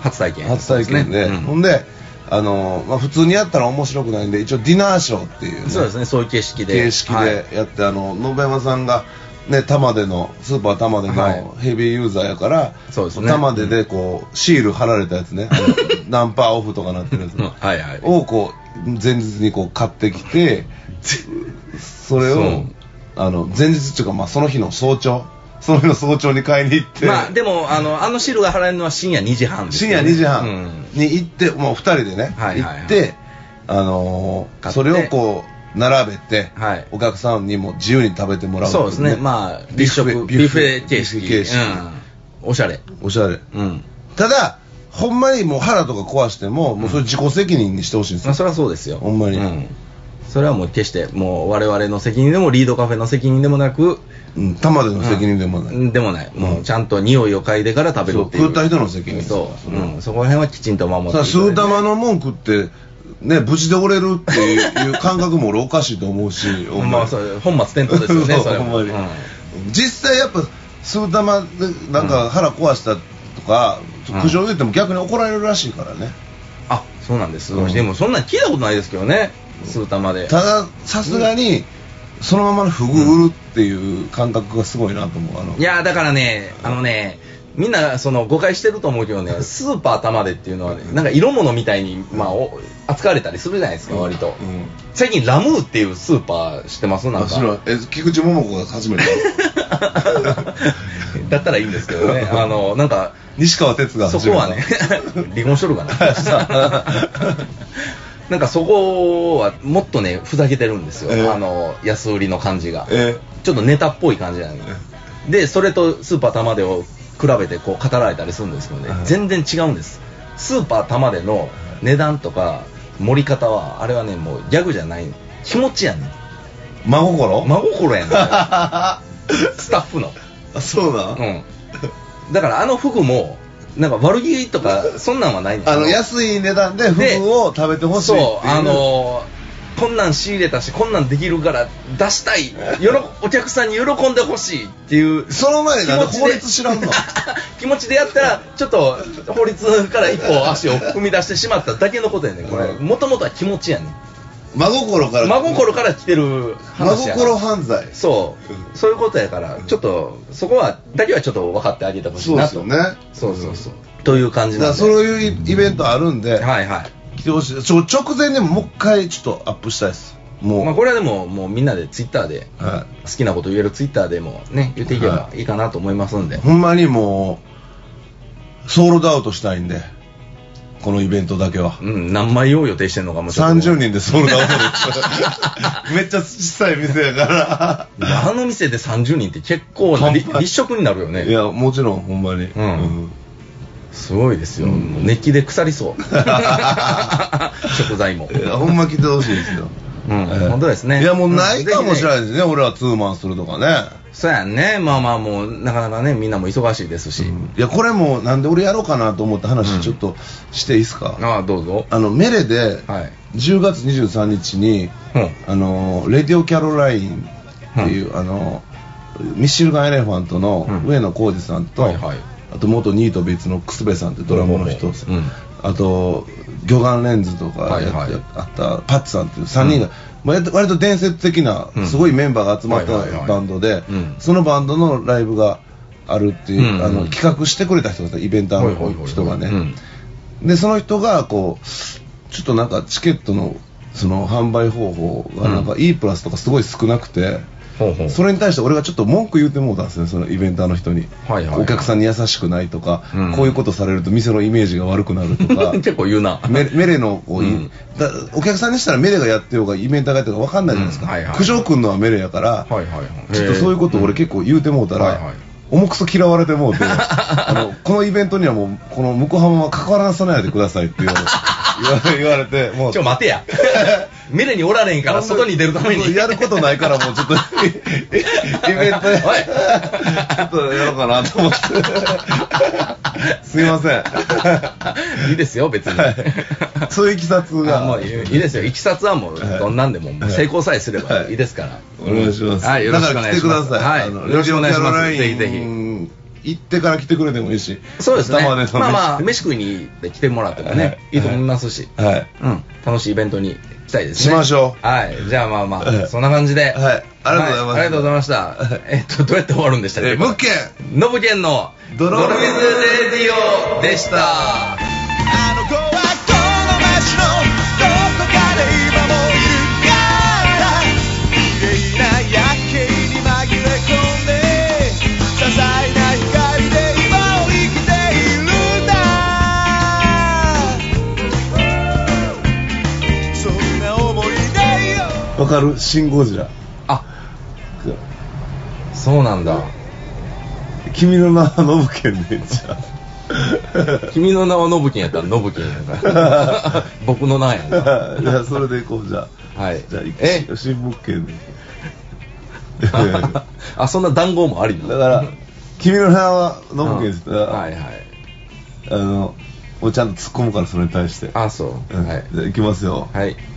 Speaker 2: 初体験。
Speaker 1: 初体験で、
Speaker 2: そうです
Speaker 1: ほ
Speaker 2: ね
Speaker 1: んであの、まあ、普通にやったら面白くないんで一応ディナーショーっていうね、
Speaker 2: うんそうですね、そういう形式で。
Speaker 1: 形式
Speaker 2: はい
Speaker 1: で。やって、あの信山さんがね玉でのスーパー玉で
Speaker 2: はい
Speaker 1: のヘビーユーザーやから、
Speaker 2: そうですね
Speaker 1: 玉ででこうシール貼られたやつねあの ナンパオフとかなってるやつ、
Speaker 2: うんはいはい。
Speaker 1: をこう前日にこう買ってきてそれ
Speaker 2: そ
Speaker 1: を
Speaker 2: う
Speaker 1: あの前日っていうか、まあ、その日の早朝その日の早朝に買いに行って、
Speaker 2: まあでも、あの、あのシールが払えるのは深夜2時半です
Speaker 1: 深
Speaker 2: よ
Speaker 1: 夜
Speaker 2: ね
Speaker 1: 2時
Speaker 2: う
Speaker 1: 半
Speaker 2: ん
Speaker 1: に行って、もう2人でね、
Speaker 2: はいはいはい
Speaker 1: 行って、あのー
Speaker 2: 買って
Speaker 1: それをこう並べて、
Speaker 2: はい
Speaker 1: お客さんにも自由に食べてもらうってい
Speaker 2: そうですね、まあ、立食、ビュッフェ形式。
Speaker 1: ビュッフェ形式
Speaker 2: うん。おしゃれ。
Speaker 1: おしゃれ
Speaker 2: うん。
Speaker 1: ただほんまにもう腹とか壊しても、もうそれ自己責任にしてほしいんです
Speaker 2: ま
Speaker 1: よ
Speaker 2: あ、それはそうですよ。
Speaker 1: ほんまに
Speaker 2: うん。それはもう決して、もう我々の責任でも、リードカフェの責任でもなく、
Speaker 1: うん、玉での責任でもない、
Speaker 2: うんでもない、も
Speaker 1: うん
Speaker 2: うちゃんと匂いを嗅いでから食べるっていう
Speaker 1: そう食った人の責任
Speaker 2: そう、うん、そこら辺はきちんと守って
Speaker 1: さあ、スー
Speaker 2: いただい
Speaker 1: 玉
Speaker 2: て
Speaker 1: の文句って、ね、無事で折れるっていう感覚も俺おかしいと思うし、
Speaker 2: ほ んまあそ
Speaker 1: れ
Speaker 2: う本末転倒ですよ ねそれ
Speaker 1: ほん
Speaker 2: も
Speaker 1: ま
Speaker 2: う
Speaker 1: に
Speaker 2: ん。
Speaker 1: 実際やっぱ、スー玉でなんか腹壊したとか、
Speaker 2: うん
Speaker 1: 苦情言っても逆に怒られるらしいからね。
Speaker 2: あそうなんです、
Speaker 1: うん
Speaker 2: でもそんなん聞いたことないですけどねスー玉で
Speaker 1: ただ、さすがに、そのままのフグ売るっていう感覚がすごいなと思う。あの
Speaker 2: いやだからねあのねみんなその誤解してると思うけ どねスーパー玉でっていうのは、ね、なんか色物みたいに、まあ、お扱われたりするじゃないですか割と、
Speaker 1: うん
Speaker 2: 最近ラムーっていうスーパー知ってますなん
Speaker 1: 面
Speaker 2: か
Speaker 1: 白いえ菊池桃子が初めて
Speaker 2: だったらいいんですけど ねあのなんか
Speaker 1: 西川哲が
Speaker 2: そ
Speaker 1: 初
Speaker 2: こ
Speaker 1: めて
Speaker 2: はね 離婚しとるかな なんかそこはもっとねふざけてるんですよ、
Speaker 1: ええ
Speaker 2: あの安売りの感じが、
Speaker 1: え
Speaker 2: ちょっとネタっぽい感じなんででそれとスーパー玉でを比べてこう語られたりするんですけどね、
Speaker 1: はい
Speaker 2: 全然違うんですスーパー玉での値段とか盛り方はあれはねもうギャグじゃない気持ちやねん
Speaker 1: 真心
Speaker 2: 真心やねん
Speaker 1: あ
Speaker 2: スタッフの
Speaker 1: そうだ、
Speaker 2: うんだからあの服もなんか悪気とかそんなんはないねん
Speaker 1: あの安い値段で
Speaker 2: で
Speaker 1: 服を食べてほしいっていう
Speaker 2: そうあのこんなん仕入れたしこんなんできるから出したいよろお客さんに喜んでほしいっていう
Speaker 1: その前になんで法律知らんの
Speaker 2: 気持ちでやったらちょっと法律から一歩足を踏み出してしまっただけのことやねんこれ
Speaker 1: うん
Speaker 2: もともとは気持ちやねん
Speaker 1: 真心から
Speaker 2: 真心から来てる
Speaker 1: 真
Speaker 2: 話やから
Speaker 1: 心犯罪
Speaker 2: そうそういうことやからちょっとそこはだけはちょっと分かってあげてほし
Speaker 1: そ
Speaker 2: いう
Speaker 1: で
Speaker 2: な
Speaker 1: す
Speaker 2: と
Speaker 1: よね
Speaker 2: そうそうそうという感
Speaker 1: だ
Speaker 2: じ
Speaker 1: か
Speaker 2: な
Speaker 1: ら
Speaker 2: んで
Speaker 1: そういうイベントあるんで、
Speaker 2: はいはい
Speaker 1: 来てほしいちょ直前でももう一回ちょっとアップしたいですもう、
Speaker 2: まあこれはでももうみんなでツイッターで
Speaker 1: は
Speaker 2: 好きなこと言えるツイッターでもね言っていけば
Speaker 1: はい
Speaker 2: いかなと思いますんで、
Speaker 1: い、ほんまにもうソールドアウトしたいんでこのイベントだけは
Speaker 2: うん何枚を予定してんのかもちょっと
Speaker 1: 30人でソールドアウト ですめっちゃ小さい店やか
Speaker 2: あの店で30人って結構 なり
Speaker 1: 乾杯
Speaker 2: 立食になるよ
Speaker 1: ら
Speaker 2: ね
Speaker 1: いやもちろんほんまに
Speaker 2: うんすごいですよ、
Speaker 1: うん
Speaker 2: もう熱気で腐りそう 食材も、
Speaker 1: いやほんま来てほしいですよ
Speaker 2: うん
Speaker 1: ええ
Speaker 2: 本当ですね
Speaker 1: いやもうないかもしれ
Speaker 2: い
Speaker 1: ないですね、俺はツーマンするとかね、
Speaker 2: そうやんねまあまあもうなかなかねみんなも忙しいですし、
Speaker 1: いやこれもなんで俺やろうかなと思って話ちょっとしていいですか、
Speaker 2: ああどうぞ
Speaker 1: あのメレで
Speaker 2: はい
Speaker 1: 10月23日に
Speaker 2: うん
Speaker 1: あのレディオキャロラインっていう、あのミシルガンエレファントの
Speaker 2: うん
Speaker 1: 上野浩二さんと、
Speaker 2: はいはい
Speaker 1: あと元ニートビーツの楠部さんってドラムの人です、
Speaker 2: うん
Speaker 1: あと魚眼レンズとかやって、
Speaker 2: はいはい
Speaker 1: あったパッツさんっていう3人が、
Speaker 2: うん
Speaker 1: まあ割と割と伝説的な
Speaker 2: うん
Speaker 1: すごいメンバーが集まった
Speaker 2: はいはいはい
Speaker 1: バンドで、
Speaker 2: うん
Speaker 1: そのバンドのライブがあるっていう、
Speaker 2: うん
Speaker 1: あの企画してくれた人がイベンターの人がね、
Speaker 2: はいはいはいはい
Speaker 1: でその人がこうちょっとなんかチケットのその販売方法がなんか
Speaker 2: う
Speaker 1: E プラスとかすごい少なくて、
Speaker 2: うん、ほうほう
Speaker 1: それに対して俺がちょっと文句言うてもうたんですねそのイベンターの人に、
Speaker 2: はいはいはい
Speaker 1: お客さんに優しくないとか、
Speaker 2: うん
Speaker 1: こういうことされると店のイメージが悪くなるとか
Speaker 2: 結構言うな
Speaker 1: メメレのこう、
Speaker 2: うん
Speaker 1: だお客さんにしたらメレがやってようがイベンターがやってようが分かんないじゃないですか、
Speaker 2: うんはいはい
Speaker 1: 苦情くんのはメレやから、
Speaker 2: はいはいはい
Speaker 1: ちょっとそういうことを俺結構言うてもうたら、
Speaker 2: はいはい
Speaker 1: 重くそ嫌われて もうてあのこのイベントにはもうこの向浜は関わらさないでくださいっていう言わ言われてもう
Speaker 2: ちょ、待てや。 メレにおられんから、外に出るために。
Speaker 1: やることないからもうちょっとイベントや
Speaker 2: おい
Speaker 1: ちょっとやろうかなと思ってすいません
Speaker 2: いいですよ、別に。
Speaker 1: はいそういういきさつ
Speaker 2: あも
Speaker 1: が
Speaker 2: ういいいいですよ、いきさつはもう、
Speaker 1: はい
Speaker 2: どんなんでも、もう成功さえすれば
Speaker 1: はい
Speaker 2: いいですから。
Speaker 1: お願いします、
Speaker 2: はい、よろしくお願いします。
Speaker 1: だから来てください、
Speaker 2: はい、
Speaker 1: あの
Speaker 2: よろしくお願いします。
Speaker 1: レディオ
Speaker 2: ぜひ
Speaker 1: キャロライ
Speaker 2: ぜひ。
Speaker 1: ン行ってから来てくれてもいいし
Speaker 2: そうですね。
Speaker 1: 生
Speaker 2: ま
Speaker 1: で
Speaker 2: あまあ、飯食いに来てもらっても
Speaker 1: はい
Speaker 2: ね、いいと思いますし。
Speaker 1: あはい
Speaker 2: うん、楽しいイベントにしたいですね。
Speaker 1: しましょう
Speaker 2: はい、じゃあまあま
Speaker 1: は
Speaker 2: あ、
Speaker 1: い
Speaker 2: そんな感じで。
Speaker 1: はいありがとうございます
Speaker 2: はありがとうございました
Speaker 1: はい。
Speaker 2: えっと、どうやって終わるんでしたっ
Speaker 1: え
Speaker 2: け
Speaker 1: ー物件
Speaker 2: ノブケンの
Speaker 1: ド
Speaker 2: ド
Speaker 1: ロー
Speaker 2: ロー
Speaker 1: ン
Speaker 2: ンズレディオでした。
Speaker 4: あの子はこの街のどこかで今もいるから綺麗な夜景に紛れ込んで些細な光で今を生きているんだそんな思い出よ
Speaker 1: わかるシン・ゴジラ
Speaker 2: あ、そうなんだ。
Speaker 1: 君の名はノブケンでじゃ
Speaker 2: 君の名はノブキンやったらノブキンや から。僕の名やんか。
Speaker 1: あいやそれでいこうじゃあ
Speaker 2: はい
Speaker 1: じゃあい
Speaker 2: え
Speaker 1: 新物件でだか
Speaker 2: あ、そんな談合もありな。
Speaker 1: ら君の名はノブケンです
Speaker 2: う
Speaker 1: か
Speaker 2: ん
Speaker 1: ら、
Speaker 2: はいはい。
Speaker 1: あのもうちゃんと突っ込むからそれに対して
Speaker 2: あ、そう。
Speaker 1: うん
Speaker 2: はい。
Speaker 1: じゃあいきますよ
Speaker 2: はい。
Speaker 4: 「